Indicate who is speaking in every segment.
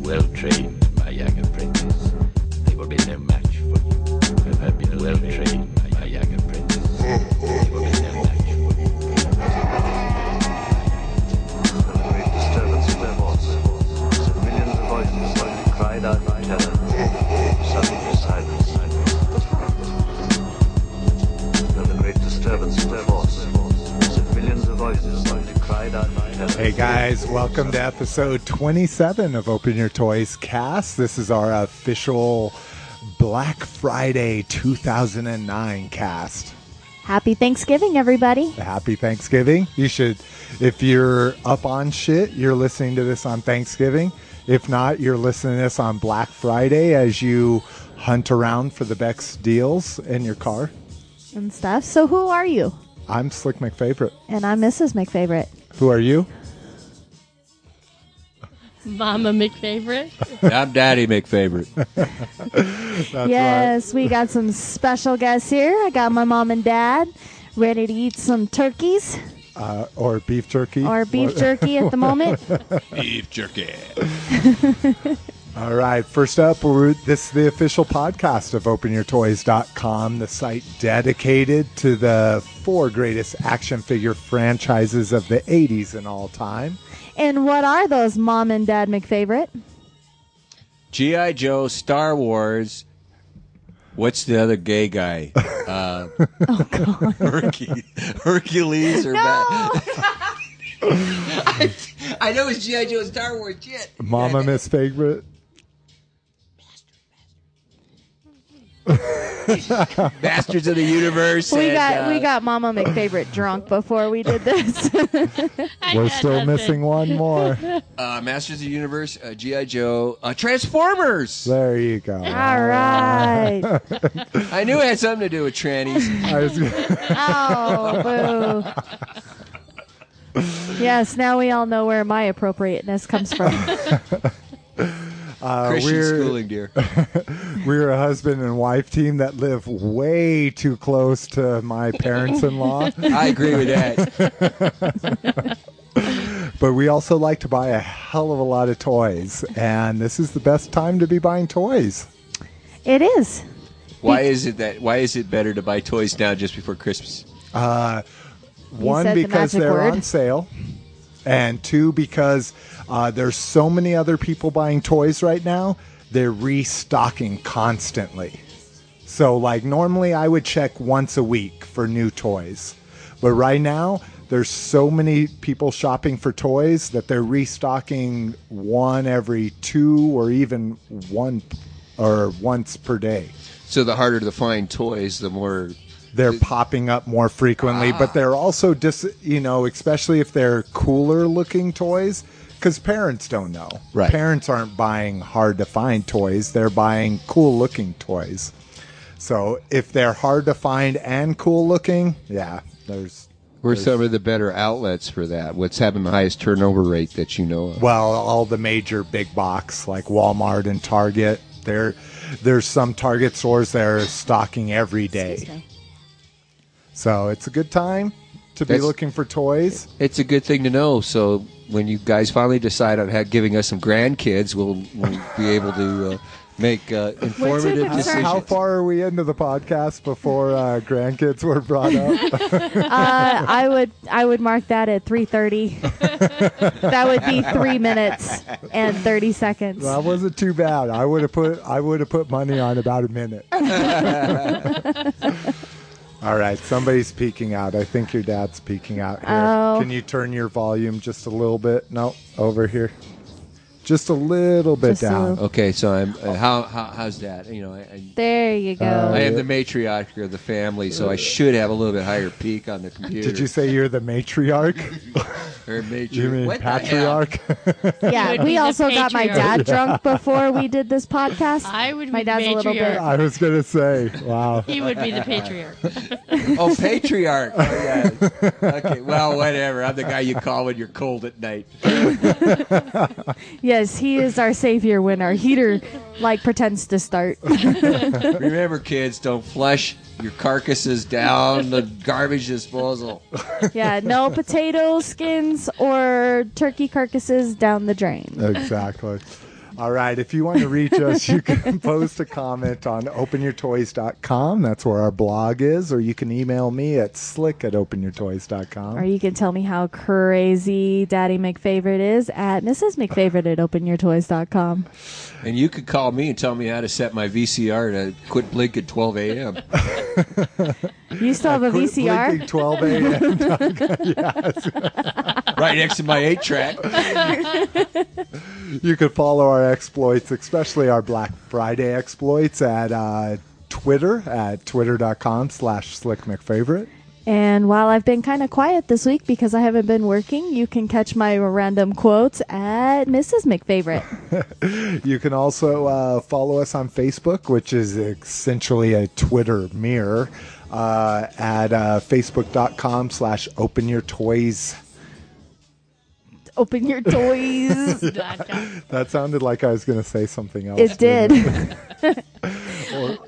Speaker 1: well trained, my young apprentice. They will be no match for you. If I've been well trained, my young apprentice. They will be no match for you.
Speaker 2: A great disturbance in their voice. Civilians' voices suddenly cried out in terror. Suddenly silence. And a great disturbance in their voice. Civilians' voices suddenly cried out in terror.
Speaker 3: Hey guys, welcome to episode 27 of Open Your Toys cast. This is our official Black Friday 2009 cast.
Speaker 4: Happy Thanksgiving, everybody.
Speaker 3: Happy Thanksgiving. You should, if you're up on shit, you're listening to this on Thanksgiving. If not, you're listening to this on Black Friday as you hunt around for the best deals in your car.
Speaker 4: And stuff. So, who are you?
Speaker 3: I'm Slick McFavorite.
Speaker 4: And I'm Mrs. McFavorite.
Speaker 3: Who are you?
Speaker 5: Mama McFavorite.
Speaker 6: I'm Daddy McFavorite.
Speaker 4: yes, we got some special guests here. I got my mom and dad ready to eat some turkeys
Speaker 3: Uh, or beef jerky?
Speaker 4: or beef jerky at the moment.
Speaker 6: Beef jerky.
Speaker 3: All right. First up, we're, this is the official podcast of OpenYourToys.com, the site dedicated to the four greatest action figure franchises of the 80s and all time.
Speaker 4: And what are those, mom and dad McFavorite?
Speaker 6: G.I. Joe, Star Wars. What's the other gay guy? Uh, Hercules, Hercules or Bat- I know it's G.I. Joe, Star Wars. Shit.
Speaker 3: Mama Miss Favorite.
Speaker 6: Bastards of the Universe.
Speaker 4: We
Speaker 6: and,
Speaker 4: got
Speaker 6: uh,
Speaker 4: we got Mama McFavorite drunk before we did this.
Speaker 5: I
Speaker 3: We're
Speaker 5: got
Speaker 3: still
Speaker 5: nothing.
Speaker 3: missing one more.
Speaker 6: uh, Masters of the Universe, uh, G.I. Joe, uh, Transformers.
Speaker 3: There you go.
Speaker 4: All right.
Speaker 6: I knew it had something to do with trannies.
Speaker 3: I was-
Speaker 4: Oh, boo. Yes, now we all know where my appropriateness comes from.
Speaker 6: Christian
Speaker 3: Uh, we're-
Speaker 6: schooling, dear.
Speaker 3: we're a husband and wife team that live way too close to my parents in law.
Speaker 6: I agree with that.
Speaker 3: but we also like to buy a hell of a lot of toys, and this is the best time to be buying toys.
Speaker 4: It is.
Speaker 6: Why is it that? Why is it better to buy toys now just before Christmas?
Speaker 3: One
Speaker 4: said the
Speaker 3: because
Speaker 4: magic
Speaker 3: they're
Speaker 4: word.
Speaker 3: on sale, and two because uh, there's so many other people buying toys right now. They're restocking constantly. So like normally I would check once a week for new toys. But right now there's so many people shopping for toys that they're restocking one every two or even one or once per day.
Speaker 6: So the harder to find toys, the more.
Speaker 3: they're popping up more frequently, but
Speaker 6: Ah.
Speaker 3: they're also just, you know, especially if they're cooler looking toys, because parents don't know.
Speaker 6: Right.
Speaker 3: Parents aren't buying hard to find toys, they're buying cool looking toys. So if they're hard to find and cool looking, yeah, there's,
Speaker 6: We're some of the better outlets for that. What's having the highest turnover rate that you know of?
Speaker 3: well, all the major big box like Walmart and Target. There, there's some Target stores that are stocking every
Speaker 4: Excuse
Speaker 3: day.
Speaker 4: me.
Speaker 3: So it's a good time to be
Speaker 6: That's-
Speaker 3: looking for toys.
Speaker 6: It's a good thing to know. So when you guys finally decide on ha- giving us some grandkids, we'll, we'll be able to uh, make uh, informative
Speaker 4: concern?
Speaker 6: decisions.
Speaker 3: How far are we into the podcast before uh, grandkids were brought up?
Speaker 4: Uh, I would I would mark that at 3:30. that would be 3 minutes and 30 seconds.
Speaker 3: that wasn't too bad. I would have put I would have put money on about a minute. All right, somebody's peeking out. I think your dad's peeking out here.
Speaker 4: Oh.
Speaker 3: Can you turn your volume just a little bit? No, over here. Just a little bit
Speaker 4: Just a
Speaker 3: down.
Speaker 4: little.
Speaker 6: Okay, so I'm. Uh, how, how how's that? You know, I, I,
Speaker 4: there you go.
Speaker 3: Uh,
Speaker 6: I am the matriarch of the family, so I should have a little bit higher peak on the computer.
Speaker 3: Did you say you're the matriarch?
Speaker 6: Or matriarch.
Speaker 3: You mean
Speaker 6: What the hell?
Speaker 3: patriarch?
Speaker 5: would
Speaker 4: yeah, we
Speaker 5: be the
Speaker 4: also got my dad
Speaker 5: patriarch.
Speaker 4: drunk before we did this podcast.
Speaker 5: I would
Speaker 4: My
Speaker 5: be
Speaker 4: dad's a
Speaker 5: the
Speaker 4: little bit-
Speaker 5: matriarch.
Speaker 3: I was gonna say, wow.
Speaker 5: He would be the patriarch.
Speaker 6: Oh, patriarch. Oh, yeah. Okay, well, whatever. I'm the guy you call when you're cold at night.
Speaker 4: Yes, he is our savior when our heater like pretends to start.
Speaker 6: Remember, kids, don't flush your carcasses down the garbage disposal.
Speaker 4: yeah, no
Speaker 3: Uh.
Speaker 4: potato skins or turkey carcasses down the drain.
Speaker 3: Exactly. All right. If you want to reach us, you can post a comment on openyourtoys.com. That's where our blog is. Or you can email me at slick at openyourtoys.com.
Speaker 4: Or you can tell me how crazy Daddy McFavorite is at Mrs. McFavorite at openyourtoys.com.
Speaker 6: And you could call me and tell me how to set my VCR to quit blink at 12 a.m.
Speaker 4: You still have a
Speaker 3: Quit
Speaker 4: VCR?
Speaker 3: blinking 12 a.m.
Speaker 6: right next to my 8 track.
Speaker 3: you can follow our exploits, especially our Black Friday exploits, at uh, Twitter at twitter.com slash slick McFavorite.
Speaker 4: And while I've been kind of quiet this week because I haven't been working, you can catch my random quotes at Mrs. McFavorite.
Speaker 3: You can also uh, follow us on Facebook, which is essentially a Twitter mirror, uh, at uh, facebook.com slash open your toys.
Speaker 4: Open your toys.
Speaker 3: That sounded like I was going to say something else.
Speaker 4: It
Speaker 3: didn't
Speaker 4: did.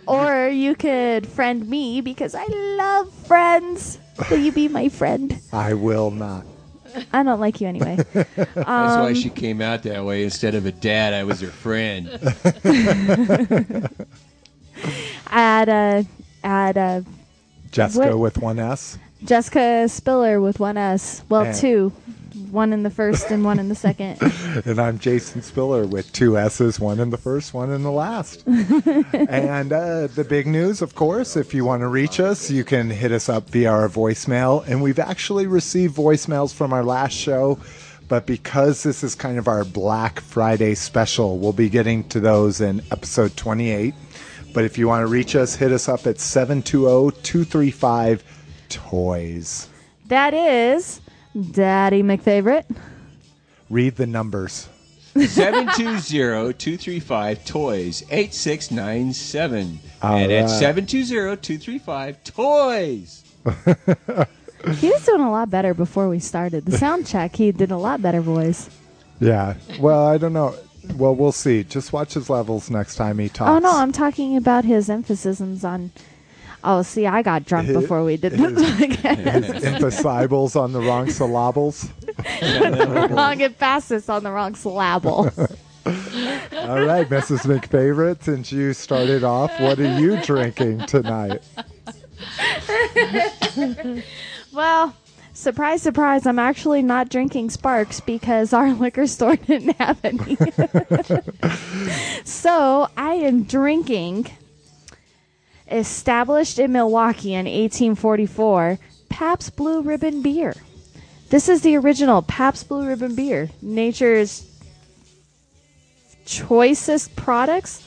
Speaker 4: or you could friend me because I love friends. Will you be my friend?
Speaker 3: I will not.
Speaker 4: I don't like you anyway.
Speaker 6: That's why she came out that way. Instead of a dad, I was her friend.
Speaker 4: At uh, at uh,
Speaker 3: Jessica
Speaker 4: What?
Speaker 3: with one S.
Speaker 4: Jessica Spiller with one S. Well,
Speaker 3: And-
Speaker 4: two. One in the first and one in the second.
Speaker 3: And I'm Jason Spiller with two S's, one in the first, one in the last. and uh, the big news, of course, if you want to reach us, you can hit us up via our voicemail. And we've actually received voicemails from our last show, but because this is kind of our Black Friday special, we'll be getting to those in episode 28. But if you want to reach us, hit us up at 720 235 TOYS.
Speaker 4: That is Daddy McFavorite.
Speaker 3: Read the numbers.
Speaker 6: 720-235-TOYS 8697. and
Speaker 3: right.
Speaker 6: it's 720-235-TOYS.
Speaker 4: He was doing a lot better before we started. The sound check, he did a lot better voice.
Speaker 3: Yeah. Well, I don't know. Well, we'll see. Just watch his levels next time he talks.
Speaker 4: Oh no, I'm talking about his emphasis on. Oh, see, I got drunk before we did this podcast.
Speaker 3: Emphasibals on the wrong syllables.
Speaker 4: wrong emphasis on the wrong syllable.
Speaker 3: All right, Mrs. McFavorite, since you started off, what are you drinking tonight?
Speaker 4: well, surprise, surprise, I'm actually not drinking Sparks because our liquor store didn't have any. so I am drinking, established in Milwaukee in 1844, Pabst Blue Ribbon beer. This is the original Pabst Blue Ribbon beer, nature's choicest products.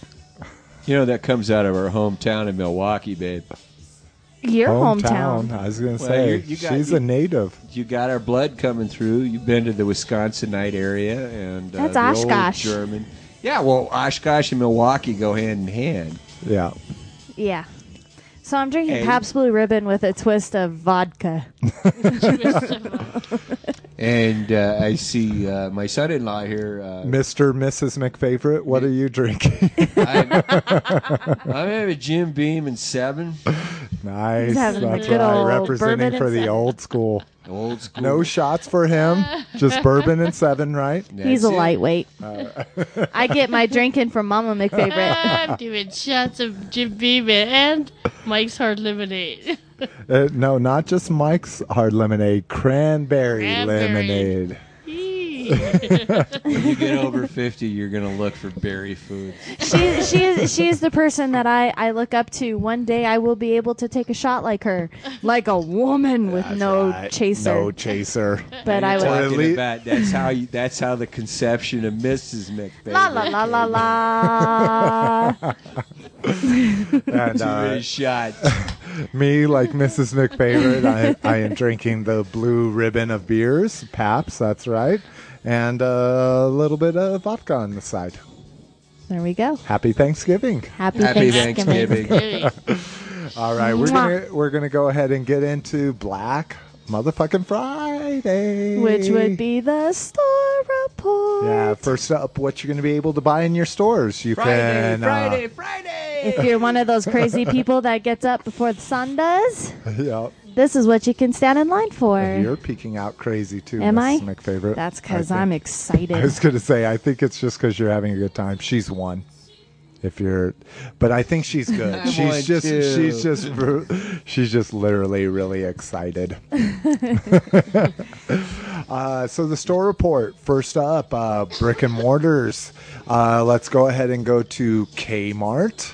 Speaker 6: You know, that comes out of our hometown in Milwaukee, babe.
Speaker 4: Your hometown.
Speaker 3: I was going to
Speaker 6: Well,
Speaker 3: say,
Speaker 6: you- you got-
Speaker 3: she's
Speaker 6: you-
Speaker 3: a native.
Speaker 6: You got our blood coming through. You've been to the Wisconsinite area and uh,
Speaker 4: That's
Speaker 6: the old
Speaker 4: Oshkosh.
Speaker 6: German. Yeah, well, Oshkosh and Milwaukee go hand in hand.
Speaker 3: Yeah.
Speaker 4: Yeah. So I'm drinking
Speaker 6: Hey.
Speaker 4: Pabst Blue Ribbon with a twist of vodka.
Speaker 6: And uh, I see uh, my son-in-law here. Uh,
Speaker 3: Mr. Mrs. McFavorite, what are you drinking?
Speaker 6: I'm, I'm having a Jim Beam and seven.
Speaker 3: nice.
Speaker 4: having a
Speaker 3: That's
Speaker 4: good
Speaker 3: right.
Speaker 4: old bourbon
Speaker 3: Representing
Speaker 4: and
Speaker 3: for the
Speaker 4: seven.
Speaker 3: old school.
Speaker 6: Old school.
Speaker 3: No shots for him. Just bourbon and seven, right?
Speaker 6: That's
Speaker 4: He's a
Speaker 6: it.
Speaker 4: lightweight.
Speaker 3: Uh,
Speaker 4: I get my drinking from Mama McFavorite.
Speaker 5: I'm doing shots of Jim Beam and Mike's Hard Lemonade.
Speaker 3: Uh, no, not just Mike's hard lemonade, cranberry,
Speaker 5: Cranberry.
Speaker 3: lemonade.
Speaker 6: When you get over fifty, you're gonna look for berry foods.
Speaker 4: she she is she is the person that I I look up to. One day I will be able to take a shot like her, like a woman with no
Speaker 3: Right.
Speaker 4: chaser.
Speaker 3: No chaser.
Speaker 4: but I
Speaker 3: Or at
Speaker 4: would.
Speaker 6: Talking
Speaker 3: least-
Speaker 6: about- that's how you, that's how the conception of Mrs. McBaby.
Speaker 4: La la la la la.
Speaker 3: and
Speaker 6: Too
Speaker 3: uh,
Speaker 6: many shots.
Speaker 3: me, like Mrs. McFavorite, I, I am drinking the blue ribbon of beers, Paps, that's right, and a little bit of vodka on the side.
Speaker 4: there we go.
Speaker 3: Happy Thanksgiving.
Speaker 4: Happy,
Speaker 6: Happy
Speaker 4: Thanksgiving.
Speaker 6: Thanksgiving.
Speaker 5: Hey,
Speaker 3: All right, we're
Speaker 4: Mwah.
Speaker 3: gonna we're gonna go ahead and get into Black Motherfucking Friday,
Speaker 4: Which would be the store report.
Speaker 3: Yeah, first up, what you're going to be able to buy in your stores. You
Speaker 6: Friday,
Speaker 3: can uh,
Speaker 6: Friday, Friday.
Speaker 4: If you're one of those crazy people that gets up before the sun does,
Speaker 3: yeah.
Speaker 4: this is what you can stand in line for.
Speaker 3: You're peeking out crazy too,
Speaker 4: Am
Speaker 3: Miss
Speaker 4: I?
Speaker 3: McFavorite.
Speaker 4: That's
Speaker 3: I
Speaker 4: because
Speaker 3: think.
Speaker 4: I'm excited.
Speaker 3: I was going to say, I think it's just because you're having a good time. She's one. If you're, but I think she's good.
Speaker 6: one
Speaker 3: she's just,
Speaker 6: too.
Speaker 3: she's just, ru- she's just literally really excited. uh, so the store report first up, uh, brick and mortars. Uh, let's go ahead and go to Kmart.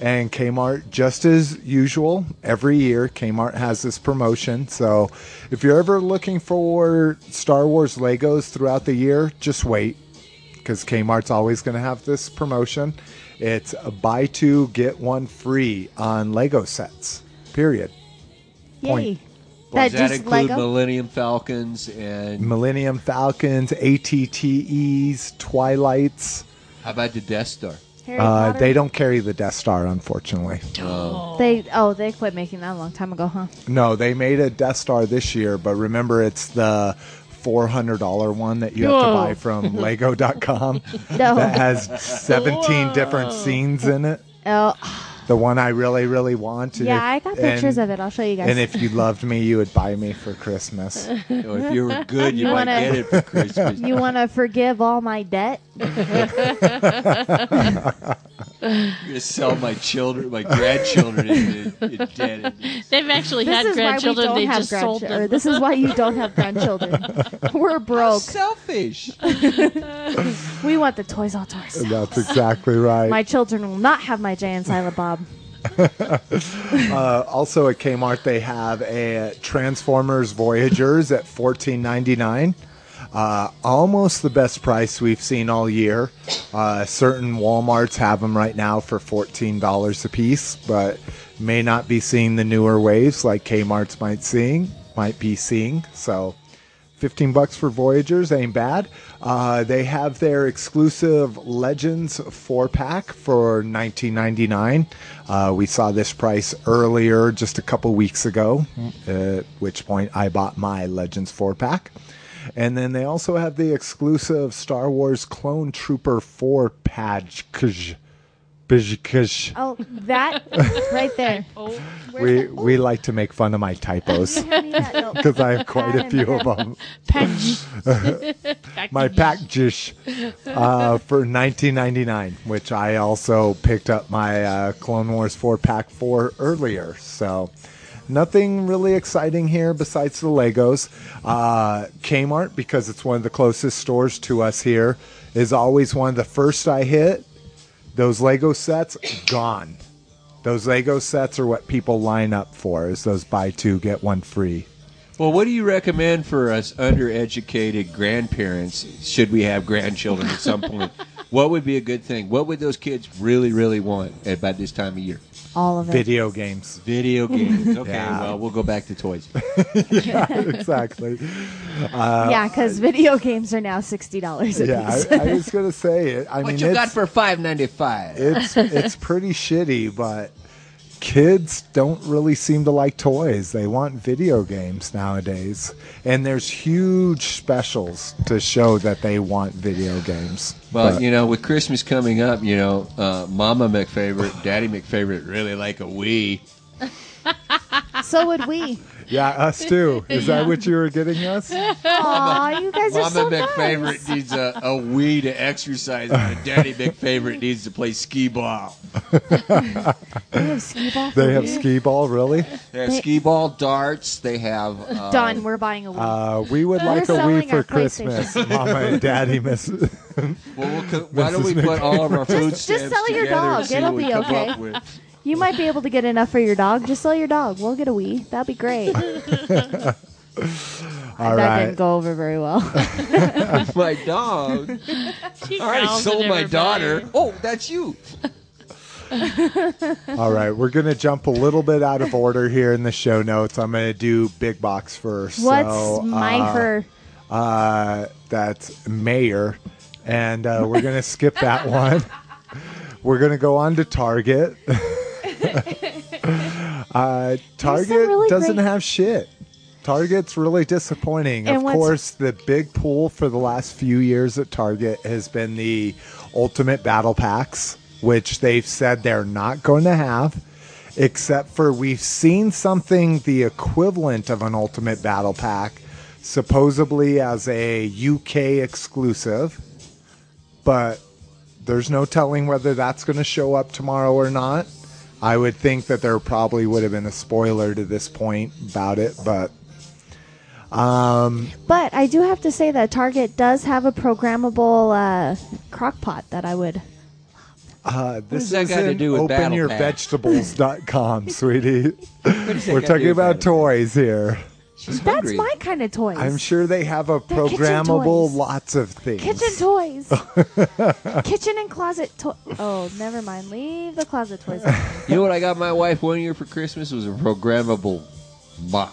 Speaker 3: And Kmart, just as usual, every year Kmart has this promotion. So if you're ever looking for Star Wars Legos throughout the year, just wait because Kmart's always going to have this promotion. It's a buy two, get one free on Lego sets, period.
Speaker 4: Yay.
Speaker 6: Does that
Speaker 4: just
Speaker 6: include
Speaker 4: Lego?
Speaker 6: Millennium Falcons and
Speaker 3: Millennium Falcons, ATTEs, Twilights.
Speaker 6: how about the Death Star?
Speaker 4: Harry
Speaker 3: Uh,
Speaker 4: Potter?
Speaker 3: they don't carry the Death Star, unfortunately.
Speaker 4: They oh they quit making that a long time ago, huh?
Speaker 3: No, they made a Death Star this year, but remember it's the $400 one that you have to
Speaker 5: Whoa.
Speaker 3: buy from lego.com
Speaker 4: No.
Speaker 3: that has 17 different scenes in it.
Speaker 4: Oh
Speaker 3: The one I really, really want. and
Speaker 4: yeah,
Speaker 3: if-
Speaker 4: I got pictures
Speaker 3: and-
Speaker 4: of it. I'll show you guys.
Speaker 3: And if you loved me, you would buy me for Christmas.
Speaker 6: You know, if you were good, you,
Speaker 4: You
Speaker 6: might
Speaker 4: wanna-
Speaker 6: get it for Christmas.
Speaker 4: you want to forgive all my debt?
Speaker 6: I'm gonna sell my children, my grandchildren, into indebtedness.
Speaker 5: They've actually
Speaker 4: This
Speaker 5: had
Speaker 4: is why we
Speaker 5: grandchildren.
Speaker 4: don't
Speaker 5: They
Speaker 4: have
Speaker 5: just sold
Speaker 4: grandchildren.
Speaker 5: them.
Speaker 4: This is why you don't have grandchildren. We're
Speaker 3: Oh.
Speaker 4: broke.
Speaker 6: Selfish.
Speaker 4: We want the toys all to ourselves.
Speaker 3: That's exactly right.
Speaker 4: My children will not have my Jay and Silent Bob.
Speaker 3: Uh, also at Kmart, they have a Transformers Voyagers at fourteen ninety nine. Uh, almost the best price we've seen all year. Uh, certain WalMarts have them right now for fourteen dollars a piece, but may not be seeing the newer waves like Kmart's might seeing might be seeing. So 15 bucks for Voyagers ain't bad. Uh, they have their exclusive Legends 4 pack for 19.99. Uh, we saw this price earlier just a couple weeks ago, at which point I bought my Legends 4 pack. And then they also have the exclusive Star Wars Clone Trooper 4 patch.
Speaker 4: Oh, that right there.
Speaker 5: Oh,
Speaker 3: We, we like to make fun of my typos
Speaker 4: Hand me that note.
Speaker 3: because I have quite a few of them.
Speaker 5: package.
Speaker 3: my pack dish uh, for 19.99 which i also picked up my uh, clone wars 4 pack 4 earlier so nothing really exciting here besides the legos uh, kmart because it's one of the closest stores to us here is always one of the first i hit those lego sets gone those lego sets are what people line up for is those buy two get one free
Speaker 6: Well, what do you recommend for us undereducated grandparents? Should we have grandchildren at some point? What would be a good thing? What would those kids really, really want at by this time of year?
Speaker 4: All of it.
Speaker 3: video games
Speaker 6: Video games. Okay,
Speaker 3: Yeah.
Speaker 6: well, we'll go back to toys.
Speaker 3: exactly
Speaker 4: yeah, because video games are now sixty dollars a
Speaker 3: uh, Yeah,
Speaker 4: piece.
Speaker 3: I, I was gonna say it. I mean,
Speaker 6: What you
Speaker 3: it's,
Speaker 6: got for five ninety five?
Speaker 3: it's it's pretty shitty, but kids don't really seem to like toys. They want video games nowadays, and there's huge specials to show that they want video games.
Speaker 6: Well,
Speaker 3: But-
Speaker 6: you know, with Christmas coming up, you know, uh, Mama McFavorite, Daddy McFavorite really like a Wii.
Speaker 4: so would we.
Speaker 3: yeah, us too. Is that what you were getting us?
Speaker 4: Aw, you guys are
Speaker 6: Mama
Speaker 4: so
Speaker 6: McFavorite
Speaker 4: nice.
Speaker 6: needs a, a Wii to exercise, and a Daddy McFavorite needs to play skee ball.
Speaker 4: They have skee ball.
Speaker 3: They have skee ball, really?
Speaker 6: They have skee ball, darts. They have uh,
Speaker 4: Done. We're buying a Wii.
Speaker 3: Uh, we would like a
Speaker 4: selling
Speaker 3: Wii for
Speaker 4: our
Speaker 3: Christmas, Mama and Daddy. Miss
Speaker 6: Well, we'll co- why don't we
Speaker 3: Mrs.
Speaker 6: put all of our food
Speaker 4: just
Speaker 6: stamps
Speaker 4: sell your
Speaker 6: together and
Speaker 4: dog.
Speaker 6: see
Speaker 4: It'll
Speaker 6: what we
Speaker 4: be
Speaker 6: come
Speaker 4: okay.
Speaker 6: up with?
Speaker 4: You might be able to get enough for your dog. Just sell your dog. We'll get a Wii. That'd be great.
Speaker 3: All
Speaker 4: that
Speaker 3: right.
Speaker 4: didn't go over very well.
Speaker 6: My dog.
Speaker 5: She
Speaker 6: I already
Speaker 5: growls
Speaker 6: sold
Speaker 5: at
Speaker 6: my
Speaker 5: everybody.
Speaker 6: daughter. Oh, that's you.
Speaker 3: All right, we're gonna jump a little bit out of order here in the show notes. I'm gonna do big box first.
Speaker 4: What's
Speaker 3: So,
Speaker 4: my
Speaker 3: uh,
Speaker 4: her?
Speaker 3: Uh, that's Mayor, and uh, we're gonna skip that one. We're gonna go on to Target. uh, Target
Speaker 4: really
Speaker 3: doesn't
Speaker 4: great-
Speaker 3: have shit. Target's really disappointing.
Speaker 4: And
Speaker 3: of
Speaker 4: what's-
Speaker 3: course, the big pull for the last few years at Target has been the Ultimate Battle Packs. which they've said they're not going to have, except for we've seen something the equivalent of an Ultimate Battle Pack, supposedly as a UK exclusive, but there's no telling whether that's going to show up tomorrow or not. I would think that there probably would have been a spoiler to this point about it, but
Speaker 4: But I do have to say that Target does have a programmable uh, crock pot that I would.
Speaker 3: Uh, this
Speaker 6: does that got to
Speaker 3: isn't
Speaker 6: do with Battle Pass?
Speaker 3: openyourvegetables.com, sweetie. We're
Speaker 6: got to do
Speaker 3: talking
Speaker 6: with
Speaker 3: about
Speaker 6: Battle
Speaker 3: toys here.
Speaker 6: She's
Speaker 4: That's
Speaker 6: hungry.
Speaker 4: my kind of toys.
Speaker 3: I'm sure they have a
Speaker 4: They're kitchen
Speaker 3: programmable
Speaker 4: toys.
Speaker 3: lots of things.
Speaker 4: Kitchen toys. Kitchen and closet toy. Oh, never mind. Leave the closet toys. alone.
Speaker 6: You know what I got my wife one year for Christmas was a programmable mop.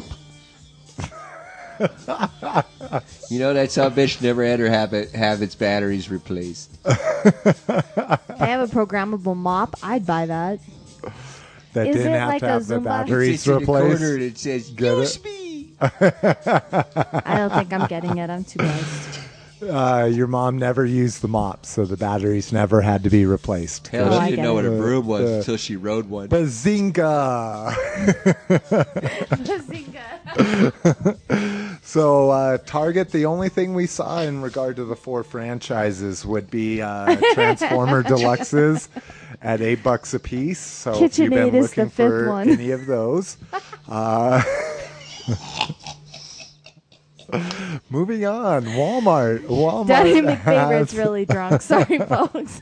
Speaker 6: you know that's how bitch never had her have it, have its batteries replaced.
Speaker 4: If I have a programmable mop. I'd buy that.
Speaker 3: that
Speaker 4: Is
Speaker 3: didn't
Speaker 4: it
Speaker 3: have
Speaker 4: like
Speaker 3: to
Speaker 4: a
Speaker 3: have the
Speaker 4: Zumba?
Speaker 6: It's
Speaker 3: batteries
Speaker 6: in the
Speaker 3: replaced.
Speaker 6: corner and it says
Speaker 3: Get it?
Speaker 6: "Use me."
Speaker 4: I don't think I'm getting it. I'm too buzzed.
Speaker 3: Uh, your mom never used the mop, so the batteries never had to be replaced.
Speaker 6: Hell,
Speaker 4: Oh, I get
Speaker 6: she didn't know what a
Speaker 3: it.
Speaker 6: broom was
Speaker 3: Uh, uh,
Speaker 6: until she rode one.
Speaker 3: Bazinga!
Speaker 4: Bazinga.
Speaker 3: So uh, Target, the only thing we saw in regard to the four franchises would be uh, Transformer Deluxes at eight bucks a piece. So if you've been
Speaker 4: KitchenAid is the
Speaker 3: looking
Speaker 4: fifth
Speaker 3: for
Speaker 4: one.
Speaker 3: any of those, uh, moving on. Walmart, Walmart
Speaker 4: Daddy
Speaker 3: has
Speaker 4: McFavorite's really drunk. Sorry, folks.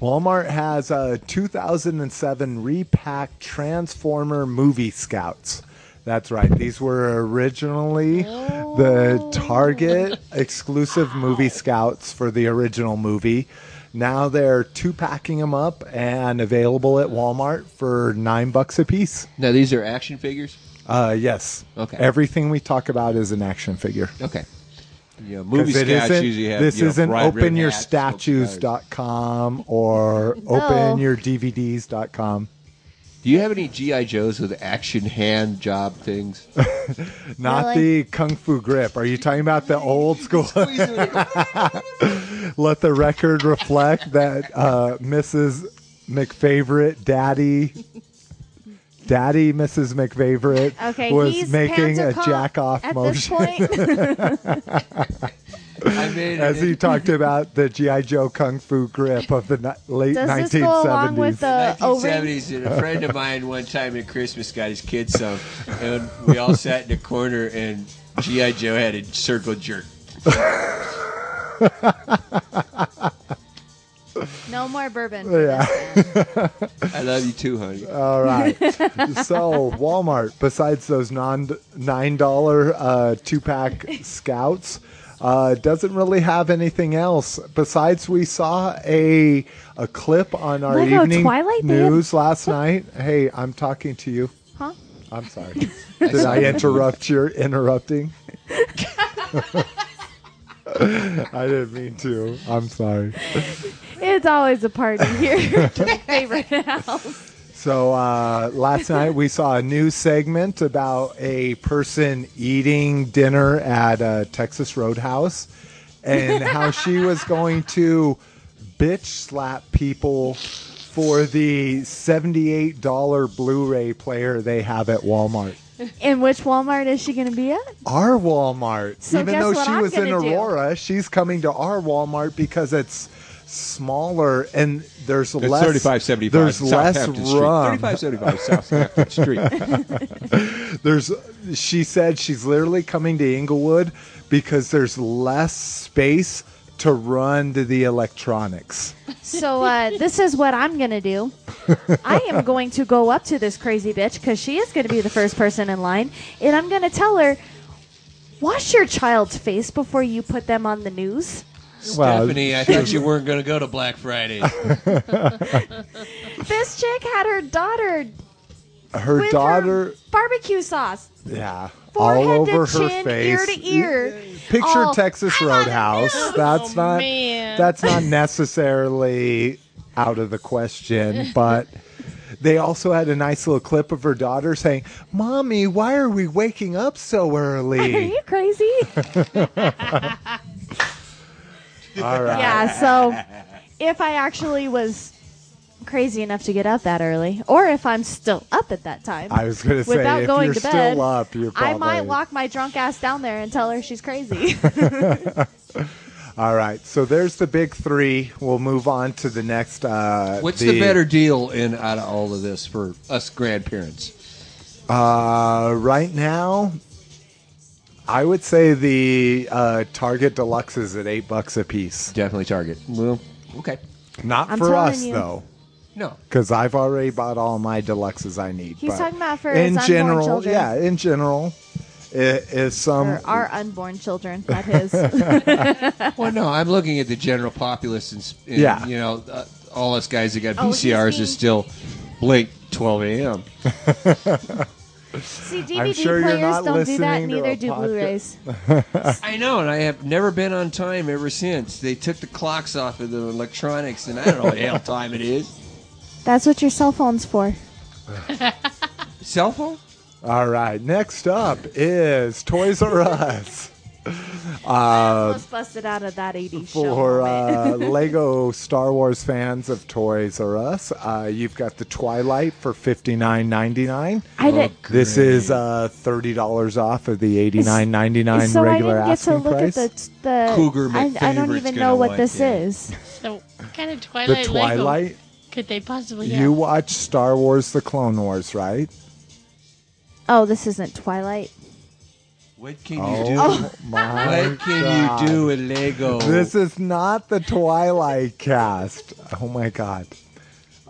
Speaker 3: Walmart has a 2007 repack Transformer Movie Scouts. That's right. These were originally the Target exclusive movie scouts for the original movie. Now they're two packing them up and available at Walmart for nine bucks a piece.
Speaker 6: now these are action figures.
Speaker 3: Uh, yes.
Speaker 6: Okay.
Speaker 3: Everything we talk about is an action figure.
Speaker 6: Okay. Yeah, movie
Speaker 3: 'Cause it
Speaker 6: scouts
Speaker 3: isn't-
Speaker 6: usually have.
Speaker 3: this
Speaker 6: you know,
Speaker 3: isn't
Speaker 6: bright red hats, smoke cigars.
Speaker 3: openyourstatues.com or openyourdvds.com.
Speaker 6: Do you have any GI Joes with action hand job things?
Speaker 3: Not
Speaker 4: Really?
Speaker 3: the kung fu grip. Are you talking about the old school? Let the record reflect that uh, Mrs. McFavorite, Daddy, Daddy Mrs. McFavorite
Speaker 4: Okay,
Speaker 3: was
Speaker 4: he's
Speaker 3: making a
Speaker 4: Pantecost
Speaker 3: jack off
Speaker 4: at
Speaker 3: motion
Speaker 4: this point.
Speaker 6: I mean,
Speaker 3: as he talked about the GI Joe kung fu grip of the ni- late
Speaker 4: Does
Speaker 3: 1970s.
Speaker 4: this go along with the
Speaker 6: Oh,
Speaker 4: O-ring?
Speaker 6: 1970s, and a friend of mine one time at Christmas got his kids some, and we all sat in a corner, and G.I. Joe had a circle jerk.
Speaker 4: No more bourbon.
Speaker 3: Yeah.
Speaker 6: I love you too, honey.
Speaker 3: All right. so Walmart, besides those non nine dollar uh, two pack Scouts, uh, doesn't really have anything else. Besides, we saw a a clip on our
Speaker 4: Lego
Speaker 3: evening
Speaker 4: Twilight, they have-
Speaker 3: news last night. Hey, I'm talking to you.
Speaker 4: Huh?
Speaker 3: I'm sorry. Did I interrupt your interrupting? I didn't mean to. I'm sorry.
Speaker 4: It's always a party here. Favorite house.
Speaker 3: So uh, last night we saw a news segment about a person eating dinner at a Texas Roadhouse and how she was going to bitch slap people for the $78 Blu-ray player they have at Walmart.
Speaker 4: In which Walmart is she going to be at?
Speaker 3: Our Walmart.
Speaker 4: So
Speaker 3: Even
Speaker 4: guess
Speaker 3: though
Speaker 4: what
Speaker 3: she
Speaker 4: I'm
Speaker 3: was in
Speaker 4: gonna do?
Speaker 3: Aurora, she's coming to our Walmart because it's smaller and there's
Speaker 6: It's
Speaker 3: less
Speaker 6: 3575
Speaker 3: there's less
Speaker 6: Southampton Street.
Speaker 3: room.
Speaker 6: 3575 Southampton Street.
Speaker 3: there's she said she's literally coming to Inglewood because there's less space to run to the electronics.
Speaker 4: So uh, this is what I'm going to do. I am going to go up to this crazy bitch because she is going to be the first person in line, and I'm going to tell her, wash your child's face before you put them on the news.
Speaker 3: Well,
Speaker 6: Stephanie, I thought you weren't going to go to Black Friday.
Speaker 4: This chick had her daughter
Speaker 3: her
Speaker 4: with
Speaker 3: daughter,
Speaker 4: her barbecue sauce
Speaker 3: yeah,
Speaker 4: forehead
Speaker 3: all over
Speaker 4: to
Speaker 3: her
Speaker 4: chin,
Speaker 3: face.
Speaker 4: ear to ear.
Speaker 3: Picture
Speaker 4: Oh,
Speaker 3: Texas Roadhouse. That's
Speaker 5: Oh,
Speaker 3: not
Speaker 5: man.
Speaker 3: that's not necessarily out of the question, but they also had a nice little clip of her daughter saying, "Mommy, why are we waking up so early?"
Speaker 4: Are you crazy?
Speaker 3: All right.
Speaker 4: yeah. So if I actually was crazy enough to get out that early, or if I'm still up at that time.
Speaker 3: I was going to say,
Speaker 4: Without
Speaker 3: if
Speaker 4: going
Speaker 3: you're
Speaker 4: to
Speaker 3: still
Speaker 4: bed,
Speaker 3: up, you're probably. Um,
Speaker 4: I might walk my drunk ass down there and tell her she's crazy.
Speaker 3: All right, so there's the big three. We'll move on to the next. Uh,
Speaker 6: What's the, better deal in out of all of this for us grandparents?
Speaker 3: Uh, right now, I would say the uh, Target Deluxe is at eight bucks a piece.
Speaker 6: Definitely Target. Well, okay.
Speaker 3: Not
Speaker 4: I'm
Speaker 3: for
Speaker 4: telling
Speaker 3: us
Speaker 4: you.
Speaker 3: though,
Speaker 6: No.
Speaker 3: because I've already bought all my deluxes I need.
Speaker 4: He's
Speaker 3: but
Speaker 4: talking about for
Speaker 3: in
Speaker 4: his unborn
Speaker 3: general,
Speaker 4: children.
Speaker 3: yeah, in general, i- if some
Speaker 4: or our unborn children, not his. That's
Speaker 6: Well, no, I'm looking at the general populace and, s- and
Speaker 3: Yeah.
Speaker 6: you know, uh, all us guys that got
Speaker 4: Oh, he's
Speaker 6: VCRs
Speaker 4: being-
Speaker 6: is still blink 12 a.m.
Speaker 4: See,
Speaker 3: I'm
Speaker 4: DVD
Speaker 3: sure you're
Speaker 4: players
Speaker 3: not
Speaker 4: don't do that,
Speaker 3: listening to
Speaker 4: neither
Speaker 3: a
Speaker 4: do
Speaker 3: podcast.
Speaker 4: Blu-rays.
Speaker 6: I know, and I have never been on time ever since. They took the clocks off of the electronics, and I don't know what hell time it is.
Speaker 4: That's what your cell phone's for.
Speaker 6: Cell phone?
Speaker 3: All right, next up is Toys R Us
Speaker 4: Almost busted out of that 80s show.
Speaker 3: Uh, for
Speaker 4: moment.
Speaker 3: uh, Lego Star Wars fans of Toys R Us. Uh, you've got the Twilight for fifty nine ninety nine.
Speaker 4: I did.
Speaker 3: This is uh, thirty dollars off of the eighty nine ninety nine
Speaker 4: So I
Speaker 3: regular
Speaker 4: didn't get to
Speaker 3: asking
Speaker 4: look
Speaker 3: price.
Speaker 4: at the the
Speaker 6: Cougar
Speaker 4: I, I don't
Speaker 6: McFavorite's
Speaker 4: even
Speaker 6: gonna
Speaker 4: know what
Speaker 6: like
Speaker 4: this
Speaker 6: it.
Speaker 4: is.
Speaker 5: So, what kind of
Speaker 3: The
Speaker 5: Twilight, Lego
Speaker 3: Twilight.
Speaker 5: could they possibly
Speaker 3: You
Speaker 5: have?
Speaker 3: watch Star Wars: The Clone Wars, right?
Speaker 4: Oh, this isn't Twilight.
Speaker 6: What can
Speaker 3: Oh.
Speaker 6: you do?
Speaker 3: My
Speaker 4: Oh.
Speaker 6: What can
Speaker 3: God.
Speaker 6: you do with Lego?
Speaker 3: This is not the Twilight cast. Oh my God.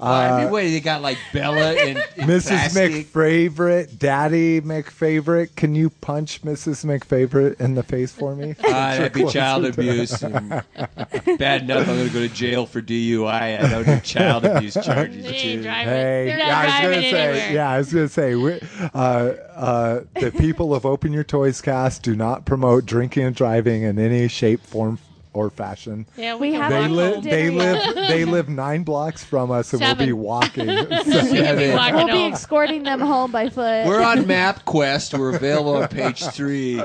Speaker 6: I
Speaker 3: uh,
Speaker 6: mean, wait, they got like Bella and, and
Speaker 3: Mrs.
Speaker 6: Plastic.
Speaker 3: McFavorite, Daddy McFavorite, can you punch Mrs. McFavorite in the face for me?
Speaker 6: Uh, that'd be child abuse. And bad enough, I'm going to go to jail for DUI. I don't do child abuse charges
Speaker 5: They ain't
Speaker 6: too.
Speaker 5: driving.
Speaker 3: Hey,
Speaker 5: They're
Speaker 3: yeah,
Speaker 5: not
Speaker 3: I was
Speaker 5: driving
Speaker 3: gonna say,
Speaker 5: anywhere.
Speaker 3: yeah, I was gonna say, we, uh, uh, the people of Open Your Toys cast do not promote drinking and driving in any shape, form, or fashion.
Speaker 5: Yeah,
Speaker 4: We
Speaker 5: we, can
Speaker 4: have
Speaker 3: They
Speaker 5: walk
Speaker 4: li-
Speaker 5: home.
Speaker 3: live, they
Speaker 4: Dinner
Speaker 3: live, they live nine blocks from us, and we'll be
Speaker 5: Seven.
Speaker 3: walking.
Speaker 5: We can be
Speaker 6: Seven.
Speaker 5: walking
Speaker 4: We'll be
Speaker 5: home.
Speaker 4: escorting them home by foot.
Speaker 6: We're on MapQuest. We're available on page three.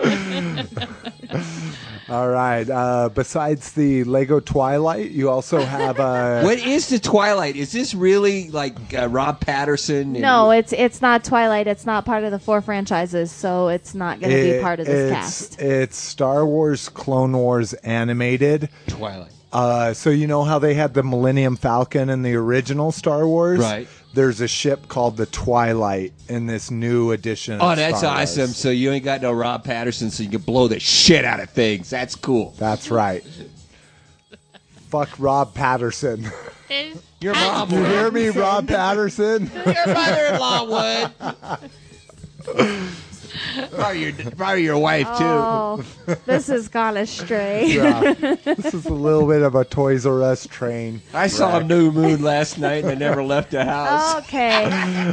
Speaker 3: All right. Uh, besides the Lego Twilight, you also have uh, a.
Speaker 6: What is the Twilight? Is this really like uh, Rob Patterson? and-
Speaker 4: no, it's it's not Twilight. It's not part of the four franchises, so it's not going to be
Speaker 3: It-
Speaker 4: part of this
Speaker 3: it's,
Speaker 4: cast.
Speaker 3: It's Star Wars Clone Wars animated.
Speaker 6: Twilight.
Speaker 3: Uh, so you know how they had the Millennium Falcon in the original Star Wars?
Speaker 6: Right.
Speaker 3: There's a ship called the Twilight in this new edition.
Speaker 6: Oh,
Speaker 3: of
Speaker 6: that's
Speaker 3: Star Wars.
Speaker 6: awesome. So you ain't got no Rob Patterson, so you can blow the shit out of things. That's cool.
Speaker 3: That's right. Fuck Rob Patterson.
Speaker 5: It's-
Speaker 6: Your mom
Speaker 3: you
Speaker 6: would.
Speaker 3: hear me, Rob Patterson?
Speaker 6: Your mother in law would. probably, your, probably your wife, too.
Speaker 4: Oh, this has gone astray.
Speaker 3: Yeah. This is a little bit of a Toys R Us train.
Speaker 6: I saw New Moon last night and I never left the
Speaker 4: Oh.
Speaker 6: house.
Speaker 4: Okay,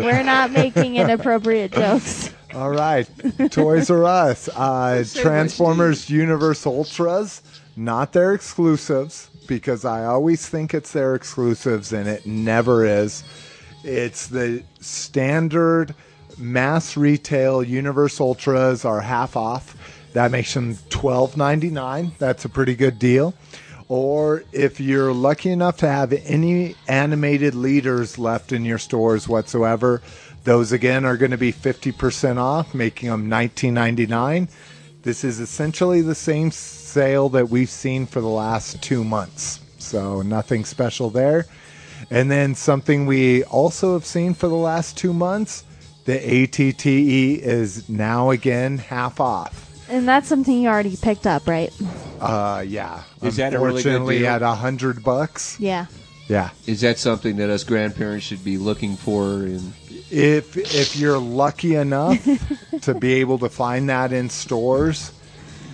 Speaker 4: we're not making inappropriate jokes.
Speaker 3: All right, Toys R Us, uh, Transformers Universe Ultras, not their exclusives because I always think it's their exclusives and it never is. It's the standard mass retail Universe Ultras are half off. That makes them twelve ninety nine. That's a pretty good deal. Or if you're lucky enough to have any animated leaders left in your stores whatsoever, those again are going to be 50% off, making them 19.99. This is essentially the same sale that we've seen for the last 2 months. So nothing special there. And then something we also have seen for the last 2 months, the ATTE E is now again half off.
Speaker 4: And that's something you already picked up, right?
Speaker 3: Uh, yeah.
Speaker 6: Is that a really good
Speaker 3: Unfortunately,
Speaker 6: deal?
Speaker 3: at a hundred bucks.
Speaker 4: Yeah.
Speaker 3: Yeah.
Speaker 6: Is that something that us grandparents should be looking for? In
Speaker 3: If if you're lucky enough to be able to find that in stores,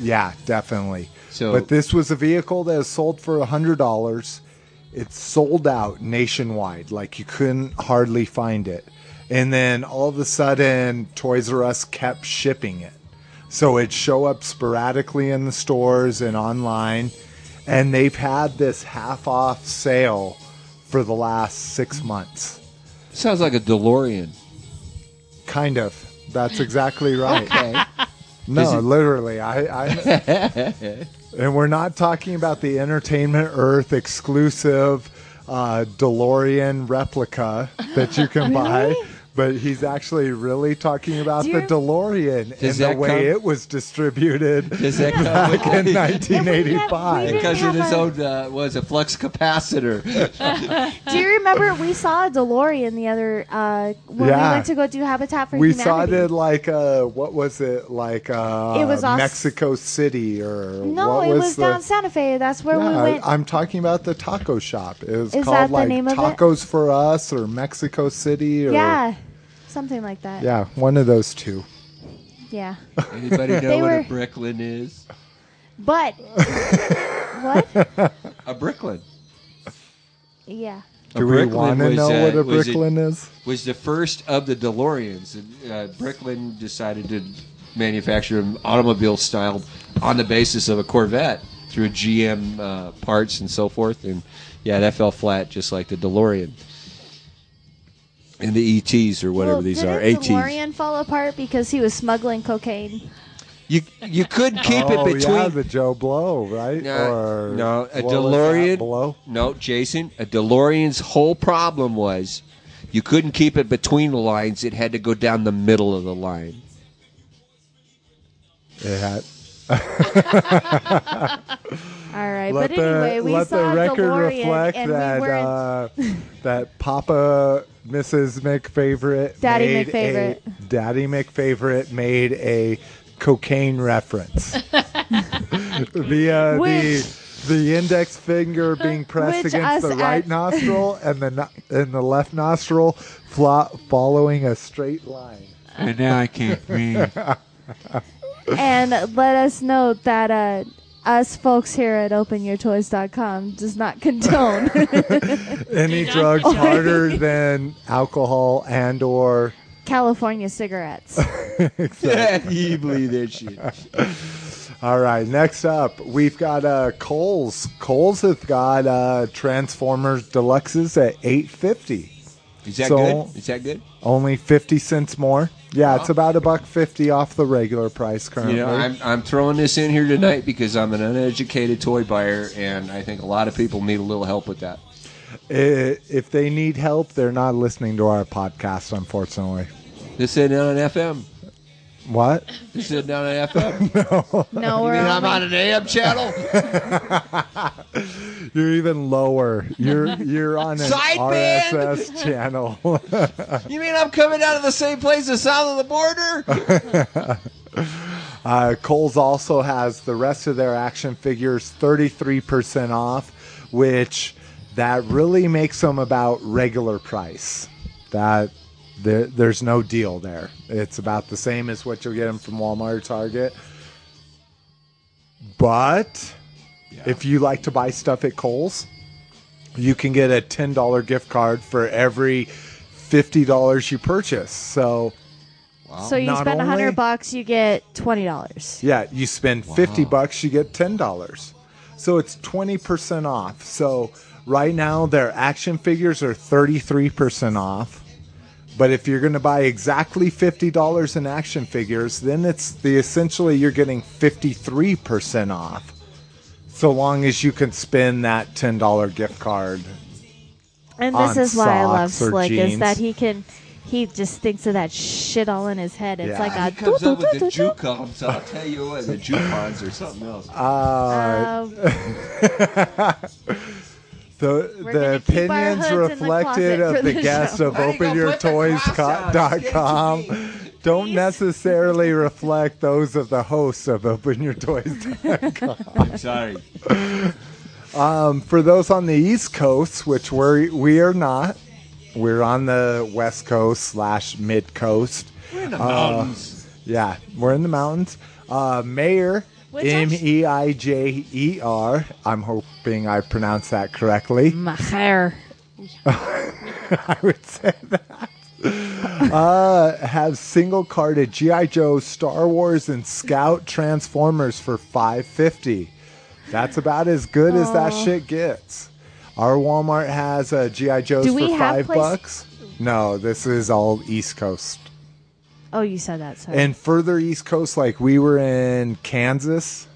Speaker 3: yeah, definitely.
Speaker 6: So-
Speaker 3: but this was a vehicle that was sold for a hundred dollars. It sold out nationwide, like you couldn't hardly find it. And then all of a sudden, Toys R Us kept shipping it. So it'd show up sporadically in the stores and online. And they've had this half off sale for the last six months.
Speaker 6: sounds like a DeLorean.
Speaker 3: Kind of. That's exactly right.
Speaker 6: Is
Speaker 3: No,
Speaker 6: it-
Speaker 3: literally. I, I and we're not talking about the entertainment earth exclusive uh, DeLorean replica that you can buy. But he's actually really talking about
Speaker 4: Do you
Speaker 3: the
Speaker 4: rem-
Speaker 3: DeLorean
Speaker 6: Does
Speaker 3: and
Speaker 6: that
Speaker 3: the way
Speaker 6: come-
Speaker 3: it was distributed
Speaker 6: Does that come
Speaker 3: back in
Speaker 6: with
Speaker 4: we
Speaker 3: 1985.
Speaker 4: didn't-
Speaker 6: Because of this
Speaker 4: have a-
Speaker 6: old uh, was a flux capacitor.
Speaker 4: Do you remember we saw a DeLorean the other uh, when
Speaker 3: Yeah.
Speaker 4: we went to go do Habitat for
Speaker 3: We
Speaker 4: Humanity?
Speaker 3: saw it at like uh, what was it like? Uh,
Speaker 4: It was us-
Speaker 3: Mexico City or
Speaker 4: No,
Speaker 3: what
Speaker 4: it was,
Speaker 3: the-
Speaker 4: down Santa Fe. That's where
Speaker 3: Yeah,
Speaker 4: we went.
Speaker 3: I'm talking about the taco shop. It was
Speaker 4: Is
Speaker 3: called
Speaker 4: that the
Speaker 3: like
Speaker 4: name of it?
Speaker 3: Tacos for Us or Mexico City or
Speaker 4: yeah, something like that.
Speaker 3: Yeah, one of those two.
Speaker 4: Yeah.
Speaker 6: Anybody know
Speaker 4: They
Speaker 6: what
Speaker 4: were-
Speaker 6: a Bricklin is?
Speaker 4: But what?
Speaker 6: A Bricklin.
Speaker 4: Yeah.
Speaker 6: A
Speaker 3: Do we
Speaker 6: Bricklin
Speaker 3: want to
Speaker 6: was,
Speaker 3: know
Speaker 6: uh,
Speaker 3: what a
Speaker 6: was it-
Speaker 3: Bricklin is?
Speaker 6: was the first of the DeLoreans. And, uh, Bricklin decided to manufacture an automobile style on the basis of a Corvette through GM uh, parts and so forth. And yeah, that fell flat just like the DeLorean. And the ETs or whatever
Speaker 4: well,
Speaker 6: these
Speaker 4: didn't
Speaker 6: are, ATs.
Speaker 4: DeLorean fall apart because he was smuggling cocaine.
Speaker 6: You you could keep
Speaker 3: oh,
Speaker 6: it between.
Speaker 3: yeah, the Joe Blow, right?
Speaker 6: No,
Speaker 3: or
Speaker 6: no,
Speaker 3: what
Speaker 6: a
Speaker 3: was that,
Speaker 6: DeLorean.
Speaker 3: Blow.
Speaker 6: No, Jason, a DeLorean's whole problem was you couldn't keep it between the lines. It had to go down the middle of the line.
Speaker 3: It had-
Speaker 4: All right,
Speaker 3: let
Speaker 4: but anyway,
Speaker 3: the
Speaker 4: we
Speaker 3: let
Speaker 4: saw
Speaker 3: the record
Speaker 4: DeLorean
Speaker 3: reflect
Speaker 4: and
Speaker 3: that
Speaker 4: we were
Speaker 3: uh, that Papa Mrs. McFavorite,
Speaker 4: Daddy
Speaker 3: made
Speaker 4: McFavorite.
Speaker 3: a, Daddy McFavorite made a cocaine reference via
Speaker 4: Which-
Speaker 3: the. The index finger being pressed
Speaker 4: Which
Speaker 3: against
Speaker 4: us
Speaker 3: the right
Speaker 4: at-
Speaker 3: nostril and the no- and the left nostril, fla- following a straight line.
Speaker 6: And now I can't breathe.
Speaker 3: uh,
Speaker 4: and let us know that uh, us folks here at OpenYourToys.com does not condone.
Speaker 3: Any
Speaker 5: not
Speaker 3: drugs
Speaker 5: condone.
Speaker 3: harder than alcohol and or
Speaker 4: California cigarettes.
Speaker 6: you believe that shit?
Speaker 3: All right, next up, we've got uh, Coles. Coles have got uh, Transformers Deluxes at eight fifty.
Speaker 6: Is that
Speaker 3: So-
Speaker 6: good? Is that good?
Speaker 3: Only fifty cents more. Yeah, it's about a buck fifty off the regular price currently.
Speaker 6: You know, I'm, I'm throwing this in here tonight because I'm an uneducated toy buyer, and I think a lot of people need a little help with that.
Speaker 3: I- if they need help, they're not listening to our podcast, unfortunately.
Speaker 6: This isn't on FM.
Speaker 3: What?
Speaker 6: This isn't on FM. You
Speaker 4: No, we're
Speaker 6: mean I'm
Speaker 4: only-
Speaker 6: on an AM channel?
Speaker 3: You're even lower. You're you're on an
Speaker 6: Sideband!
Speaker 3: RSS channel.
Speaker 6: You mean I'm coming out of the same place as south of the border?
Speaker 3: Uh, Kohl's also has the rest of their action figures 33% off, which that really makes them about regular price. That there, there's no deal there. It's about the same as what you'll get them from Walmart or Target. But if you like to buy stuff at Kohl's, you can get a $10 gift card for every $50 you purchase. So
Speaker 4: so you
Speaker 3: Not
Speaker 4: spend a
Speaker 3: only-
Speaker 4: hundred bucks, you get twenty dollars.
Speaker 3: Yeah, you spend 50 bucks, you get $10. So it's 20% off. So right now their action figures are 33% off. But if you're going to buy exactly $50 in action figures, then it's the essentially you're getting 53% off. So long as you can spend that $10 gift card.
Speaker 4: And this
Speaker 3: on
Speaker 4: is why I love
Speaker 3: socks or
Speaker 4: Slick
Speaker 3: jeans.
Speaker 4: is that he can, he just thinks of that shit all in his head. It's
Speaker 3: Yeah.
Speaker 4: like
Speaker 6: He
Speaker 4: a
Speaker 6: comes up with the
Speaker 4: doo-doo-doo-doo-doo.
Speaker 6: Jucoms. I'll tell you what, the Jucons or something else.
Speaker 4: Um,
Speaker 3: The,
Speaker 4: We're
Speaker 3: the
Speaker 4: gonna keep our
Speaker 3: opinions
Speaker 4: hoods in the
Speaker 3: reflected
Speaker 4: closet for
Speaker 3: of the
Speaker 4: this
Speaker 3: guests
Speaker 4: show.
Speaker 3: of
Speaker 6: Why you gonna put the cross out? It's
Speaker 3: openyourtoys.com
Speaker 6: getting to me.
Speaker 3: don't necessarily reflect those of the hosts of Open Your Toys.
Speaker 6: I'm sorry.
Speaker 3: For those on the East Coast, which we're, we are not, we're on the West Coast slash Mid Coast. Uh,
Speaker 6: We're in the mountains.
Speaker 3: Yeah, we're in the mountains. Uh, Mayor,
Speaker 4: Which
Speaker 3: M
Speaker 4: actu-
Speaker 3: E I J E R. I'm hoping I pronounced that correctly.
Speaker 4: my hair.
Speaker 3: I would say that. Uh, have single carded GI Joe, Star Wars, and Scout Transformers for five fifty. That's about as good as that shit gets. Our Walmart has uh, GI Joes
Speaker 4: Do we
Speaker 3: for
Speaker 4: have
Speaker 3: five
Speaker 4: place-
Speaker 3: bucks. No, this is all East Coast
Speaker 4: Oh, you said that. Sorry.
Speaker 3: and further East Coast. Like we were in Kansas,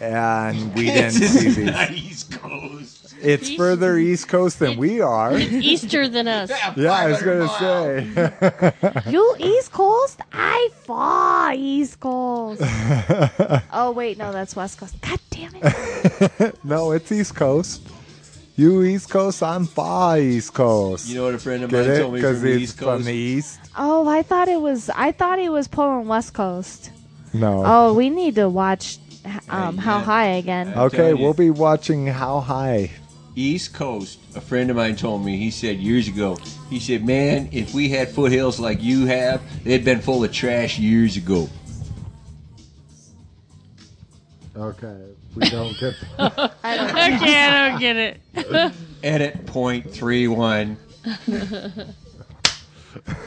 Speaker 3: and we didn't
Speaker 6: This
Speaker 3: see
Speaker 6: is
Speaker 3: these.
Speaker 6: not East Coast.
Speaker 3: It's further East Coast than we are.
Speaker 5: Easter than us.
Speaker 3: Yeah, I was gonna say.
Speaker 4: You East Coast? I far East Coast. oh wait, no, that's West Coast. God damn it.
Speaker 3: No, it's East Coast. You East Coast, I'm far East Coast.
Speaker 6: You know what a friend of mine
Speaker 3: Get it?
Speaker 6: told me from
Speaker 3: Because
Speaker 6: the
Speaker 3: it's
Speaker 6: East
Speaker 3: from
Speaker 6: Coast?
Speaker 3: the East.
Speaker 4: Oh, I thought it was I thought he was pulling West Coast.
Speaker 3: No.
Speaker 4: Oh, we need to watch um,
Speaker 6: Uh,
Speaker 4: How
Speaker 6: yeah.
Speaker 4: High again.
Speaker 6: Uh, I'm
Speaker 3: okay,
Speaker 6: telling you.
Speaker 3: we'll be watching How High.
Speaker 6: East Coast, a friend of mine told me, he said years ago, he said, Man, if we had foothills like you have, they'd been full of trash years ago.
Speaker 3: Okay, we don't get.
Speaker 5: Okay, I don't get it.
Speaker 6: Edit point three one.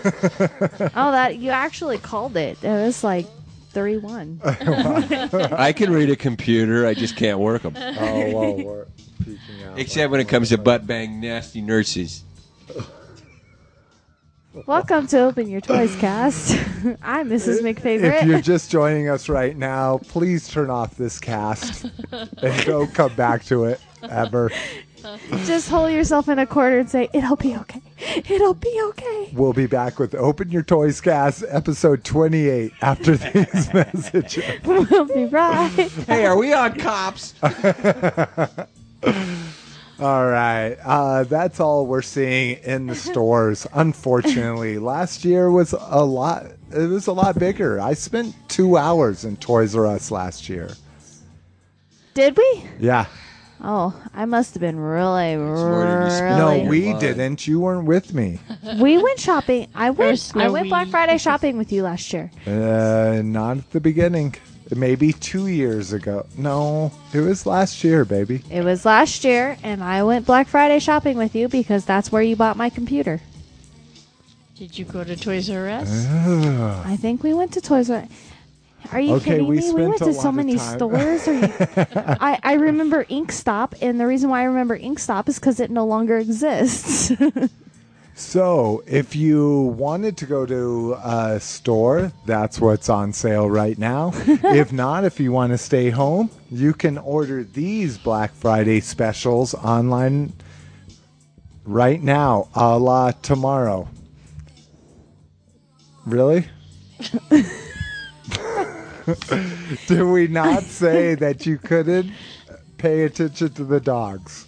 Speaker 4: Oh, that you actually called it. It was like three one.
Speaker 6: I can read a computer, I just can't work them.
Speaker 3: oh, well, we're peeking out.
Speaker 6: Except when it comes to butt bang nasty nurses.
Speaker 4: Welcome to Open Your Toys Cast. I'm Mrs.
Speaker 3: If you're
Speaker 4: McFavorite.
Speaker 3: just joining us right now, please turn off this cast and don't come back to it ever.
Speaker 4: Just hold yourself in a corner and say, "It'll be okay. It'll be okay."
Speaker 3: We'll be back with Open Your Toys Cast, episode 28, after these messages.
Speaker 4: We'll be right.
Speaker 6: Hey, are we on cops?
Speaker 3: All right. Uh, that's all we're seeing in the stores, unfortunately. Last year was a lot. It was a lot bigger. I spent two hours in Toys R Us last year.
Speaker 4: Did we?
Speaker 3: Yeah.
Speaker 4: Oh, I must have been really,
Speaker 6: smarter to spend
Speaker 4: really.
Speaker 3: No,
Speaker 6: Really?
Speaker 3: we
Speaker 6: Why?
Speaker 3: didn't. You weren't with me.
Speaker 4: we went shopping. I went.
Speaker 5: First,
Speaker 4: I
Speaker 5: no,
Speaker 4: went
Speaker 5: we-
Speaker 4: Black Friday shopping with you last year.
Speaker 3: Uh, not at the beginning. Maybe two years ago. No, it was last year, baby.
Speaker 4: It was last year, and I went Black Friday shopping with you because that's where you bought my computer.
Speaker 5: Did you go to Toys R Us?
Speaker 4: I think we went to Toys R. Are you
Speaker 3: Okay,
Speaker 4: kidding
Speaker 3: we
Speaker 4: me? We
Speaker 3: spent
Speaker 4: went
Speaker 3: a
Speaker 4: to
Speaker 3: lot
Speaker 4: so
Speaker 3: of
Speaker 4: many
Speaker 3: time.
Speaker 4: stores. Are you- I, I remember Inkstop, and the reason why I remember Inkstop is because it no longer exists.
Speaker 3: So, if you wanted to go to a store, that's what's on sale right now. if not, if you want to stay home, you can order these Black Friday specials online right now, a la tomorrow. Really? Did we not say that you couldn't pay attention to the dogs?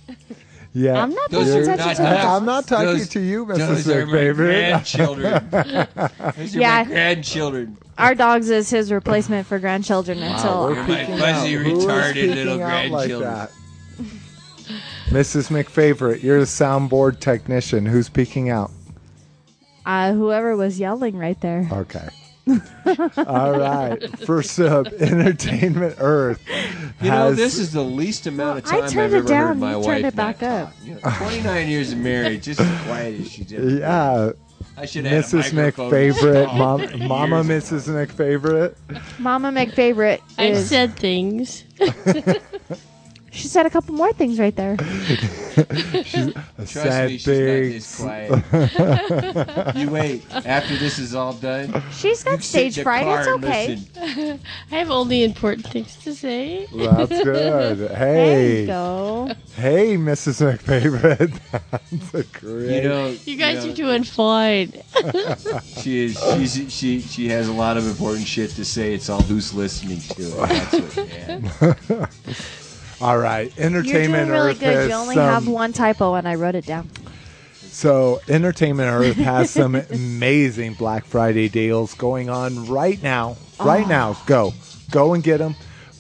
Speaker 3: Yeah.
Speaker 4: I'm not
Speaker 6: Those
Speaker 4: paying
Speaker 6: are
Speaker 4: attention
Speaker 6: not
Speaker 4: to
Speaker 6: dogs.
Speaker 4: that.
Speaker 3: I'm not talking
Speaker 6: Those-
Speaker 3: to you,
Speaker 6: Those are
Speaker 3: Mrs.
Speaker 6: my
Speaker 3: McFavorite.
Speaker 6: grandchildren. Those are
Speaker 4: Yeah.
Speaker 6: my grandchildren.
Speaker 4: Our dogs is his replacement for grandchildren until
Speaker 6: You're my fuzzy,
Speaker 4: Oh,
Speaker 3: Who is
Speaker 6: retarded
Speaker 3: speaking
Speaker 6: little
Speaker 3: out like
Speaker 6: grandchildren.
Speaker 3: that? Mrs. McFavorite, you're the soundboard technician. Who's peeking out?
Speaker 4: uh, whoever was yelling right there.
Speaker 3: Okay. All right. First up, Entertainment Earth.
Speaker 6: You know,
Speaker 3: has-
Speaker 6: this is the least amount of
Speaker 4: Well, I
Speaker 6: time I've
Speaker 4: turned it
Speaker 6: ever
Speaker 4: down,
Speaker 6: heard my
Speaker 4: you
Speaker 6: wife
Speaker 4: turned it
Speaker 6: not
Speaker 4: back up.
Speaker 6: talk. You know, 29 years of marriage, just as quiet as she did.
Speaker 3: Yeah,
Speaker 6: I should have
Speaker 3: Mrs.
Speaker 6: had a microphone to
Speaker 3: McFavorite,
Speaker 6: talk for
Speaker 3: mom, Mama
Speaker 6: years.
Speaker 3: Mrs. McFavorite.
Speaker 4: Mama McFavorite
Speaker 5: I
Speaker 4: is.
Speaker 5: said things.
Speaker 4: she said a couple more things right there.
Speaker 6: Trust
Speaker 3: Sad
Speaker 6: me, she's
Speaker 3: things.
Speaker 6: not this quiet. you wait. After this is all done,
Speaker 4: She's got
Speaker 6: sit in
Speaker 4: stage
Speaker 6: the
Speaker 4: fright.
Speaker 6: car
Speaker 4: It's
Speaker 6: and
Speaker 4: okay.
Speaker 6: listen.
Speaker 5: I have only important things to say.
Speaker 3: That's good.
Speaker 4: There you
Speaker 3: Hey,
Speaker 4: go.
Speaker 3: hey, Mrs. McFavorite. That's a great.
Speaker 6: You know,
Speaker 5: You guys
Speaker 6: know,
Speaker 5: are doing fine.
Speaker 6: She is. She's, she she has a lot of important shit to say. It's all who's listening to it. That's what, man.
Speaker 3: All right,
Speaker 4: You're
Speaker 3: Entertainment
Speaker 4: doing really
Speaker 3: Earth
Speaker 4: good.
Speaker 3: has
Speaker 4: You only
Speaker 3: some-
Speaker 4: have one typo, and I wrote it down.
Speaker 3: So, Entertainment Earth has some amazing Black Friday deals going on right now. Right now, go. Go and get them.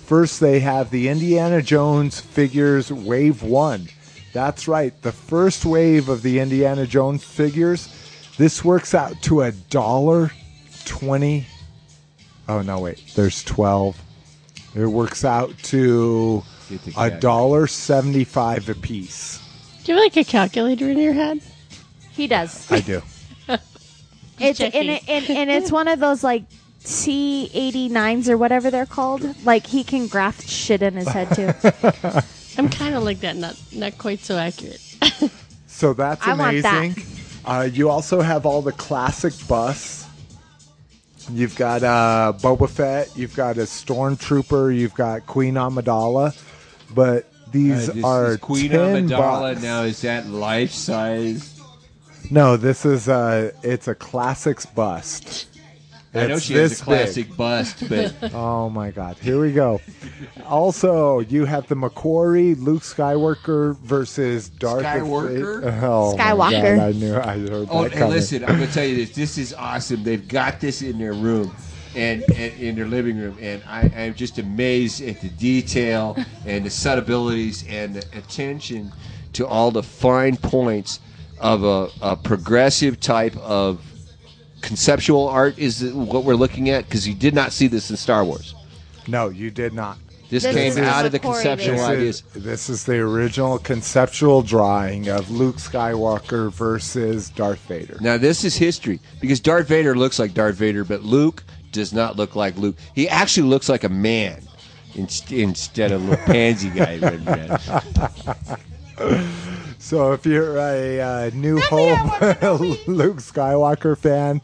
Speaker 3: First, they have the Indiana Jones figures Wave 1. That's right, the first wave of the Indiana Jones figures. This works out to a dollar 20. Oh no, wait. There's 12. It works out to
Speaker 6: Get the
Speaker 3: a
Speaker 6: gag.
Speaker 3: dollar 75 a piece.
Speaker 5: Do you have like a calculator in your head?
Speaker 4: He does.
Speaker 3: I do.
Speaker 4: It's and,
Speaker 5: checking.
Speaker 4: it, and and it's one of those like T eighty nines or whatever they're called. Like he can graph shit in his head too.
Speaker 5: I'm kind of like that, not not quite so accurate.
Speaker 3: So that's
Speaker 4: I want
Speaker 3: amazing.
Speaker 4: that.
Speaker 3: Uh, you also have all the classic busts. You've got uh, Boba Fett. You've got a stormtrooper. You've got Queen Amidala. But These
Speaker 6: Uh, this
Speaker 3: are
Speaker 6: is Queen
Speaker 3: ten
Speaker 6: Amidala.
Speaker 3: bucks.
Speaker 6: Now is that life size?
Speaker 3: No, this is a it's a classics bust.
Speaker 6: I know
Speaker 3: It's
Speaker 6: she has
Speaker 3: this
Speaker 6: a classic bust, but
Speaker 3: Oh my god, here we go. Also, you have the Macquarie Luke Skywalker versus Darth
Speaker 6: Skywalker?
Speaker 3: Oh my
Speaker 4: Skywalker.
Speaker 3: God, I knew I heard
Speaker 6: oh,
Speaker 3: that
Speaker 6: and
Speaker 3: coming.
Speaker 6: listen, I'm gonna tell you this. This is awesome. They've got this in their room. And, and in their living room, and I, I'm just amazed at the detail and the subtleties and the attention to all the fine points of a, a progressive type of conceptual art is what we're looking at because you did not see this in Star Wars.
Speaker 3: No, you did not.
Speaker 6: This,
Speaker 4: This
Speaker 6: came
Speaker 3: is
Speaker 6: out of the
Speaker 4: Corey
Speaker 6: conceptual
Speaker 4: did.
Speaker 6: ideas.
Speaker 3: This is, this is the original conceptual drawing of Luke Skywalker versus Darth Vader.
Speaker 6: Now this is history because Darth Vader looks like Darth Vader, but Luke does not look like Luke. He actually looks like a man inst- instead of a little pansy guy. running around.
Speaker 3: So if you're a uh, New Hope Luke Skywalker fan,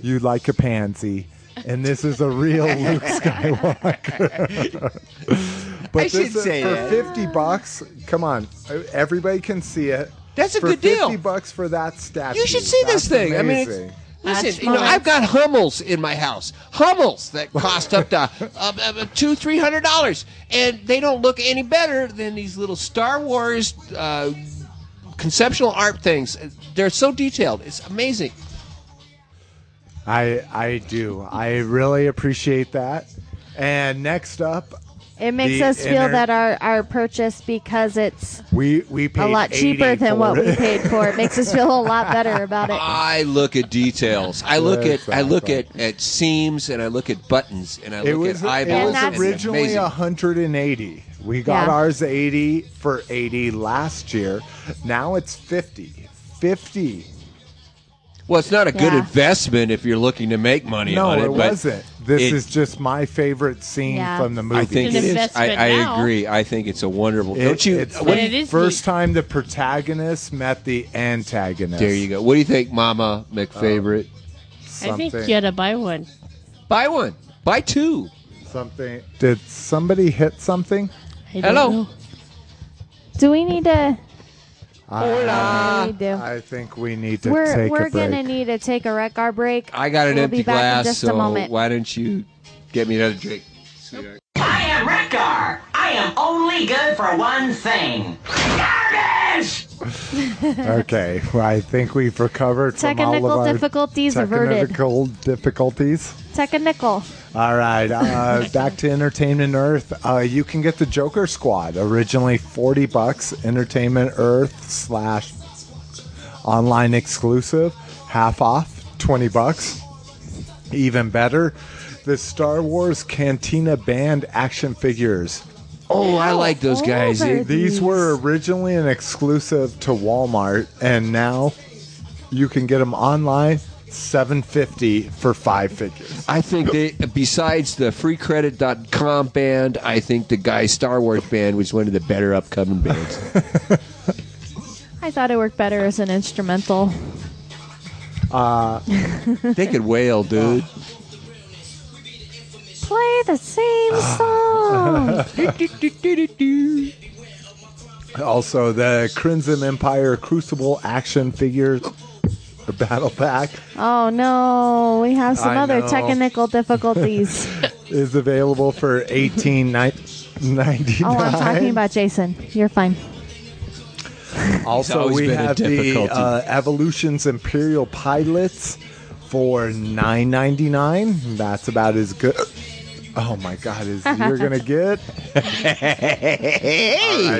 Speaker 3: you like a pansy. And this is a real Luke Skywalker. but
Speaker 6: I should
Speaker 3: this is-
Speaker 6: say
Speaker 3: for
Speaker 6: that.
Speaker 3: 50 bucks, come on. Everybody can see it.
Speaker 6: That's a
Speaker 3: for
Speaker 6: good deal.
Speaker 3: 50 bucks for that statue.
Speaker 6: You should see this
Speaker 3: That's
Speaker 6: thing. I mean,
Speaker 3: amazing.
Speaker 6: it's,
Speaker 5: That's
Speaker 6: listen, you know,
Speaker 5: fine.
Speaker 6: I've got Hummels in my house. Hummels that cost up to uh, uh, uh, two, three hundred dollars, and they don't look any better than these little Star Wars uh, conceptual art things. They're so detailed. It's amazing.
Speaker 3: I I do. I really appreciate that. And next up,
Speaker 4: It makes
Speaker 3: The
Speaker 4: us feel
Speaker 3: inner-
Speaker 4: that our, our purchase because it's
Speaker 3: we we paid
Speaker 4: a lot
Speaker 3: 80
Speaker 4: cheaper
Speaker 3: for
Speaker 4: than what we
Speaker 3: it.
Speaker 4: paid for. It makes us feel a lot better about it.
Speaker 6: I look at details. I look
Speaker 3: Yeah,
Speaker 6: at I look
Speaker 3: exactly.
Speaker 6: at, at seams and I look at buttons and I
Speaker 3: It
Speaker 6: look
Speaker 3: was it
Speaker 6: at eyeballs.
Speaker 3: was
Speaker 4: And that's-
Speaker 3: originally
Speaker 6: amazing.
Speaker 3: 180. We got
Speaker 4: Yeah.
Speaker 3: ours 80 for 80 last year. Now it's 50. 50.
Speaker 6: well, it's not a good
Speaker 4: Yeah.
Speaker 6: investment if you're looking to make money
Speaker 3: No,
Speaker 6: on it.
Speaker 3: it
Speaker 6: but
Speaker 3: wasn't. This
Speaker 6: it-
Speaker 3: is just my favorite scene
Speaker 4: Yeah.
Speaker 3: from the movie.
Speaker 6: I think
Speaker 5: It's an
Speaker 6: it is. I,
Speaker 5: investment now.
Speaker 6: I agree. I think it's a wonderful. don't you?
Speaker 3: It's
Speaker 6: what-
Speaker 5: But
Speaker 3: the
Speaker 5: it is
Speaker 3: first
Speaker 5: neat.
Speaker 3: time the protagonist met the antagonist.
Speaker 6: there you go. What do you think, Mama McFavorite?
Speaker 5: I think
Speaker 3: Something.
Speaker 5: you had to buy one.
Speaker 6: buy one. Buy two.
Speaker 3: something. Did somebody hit something?
Speaker 5: I don't
Speaker 6: Hello.
Speaker 5: know.
Speaker 4: Do we need to?
Speaker 3: I,
Speaker 4: we need to.
Speaker 3: I think we need to
Speaker 4: We're
Speaker 3: take
Speaker 4: we're
Speaker 3: a break.
Speaker 4: gonna need to take a rec. Our break.
Speaker 6: I got an
Speaker 4: We'll
Speaker 6: empty
Speaker 4: be back in
Speaker 6: glass,
Speaker 4: just a
Speaker 6: so
Speaker 4: moment.
Speaker 6: why don't you get me another drink? sweetheart?
Speaker 7: I am Rekgar. I am only good for one thing. Garbage!
Speaker 3: Okay, well, I think we've recovered from all of
Speaker 4: Technical
Speaker 3: our
Speaker 4: difficulties averted.
Speaker 3: technical difficulties.
Speaker 4: Take a nickel.
Speaker 3: All right, uh, back to Entertainment Earth. Uh, you can get the Joker Squad, originally forty bucks. Entertainment Earth slash online exclusive, half off, twenty bucks. Even better, the Star Wars Cantina Band action figures.
Speaker 6: Oh, I like those
Speaker 4: old
Speaker 6: guys.
Speaker 4: are
Speaker 6: dude.
Speaker 3: These were originally an exclusive to Walmart, and now you can get them online. 750 for five figures.
Speaker 6: I think they, besides the freecredit.com band, I think the Guy Star Wars band was one of the better upcoming bands.
Speaker 4: I thought it worked better as an instrumental.
Speaker 6: they could wail, dude.
Speaker 4: Oh. Play the same song.
Speaker 3: Also, the Crimson Empire Crucible action figure or battle pack
Speaker 4: Oh no, we have some
Speaker 3: I
Speaker 4: other
Speaker 3: know.
Speaker 4: technical difficulties.
Speaker 3: is available for 18
Speaker 4: oh, I'm talking about Jason. You're fine.
Speaker 6: It's
Speaker 3: Also,
Speaker 6: always
Speaker 3: we
Speaker 6: been a
Speaker 3: have the
Speaker 6: difficulty.
Speaker 3: uh, Evolution's Imperial Pilots for nine ninety nine. That's about as good. Oh my God, is you're gonna get? All right,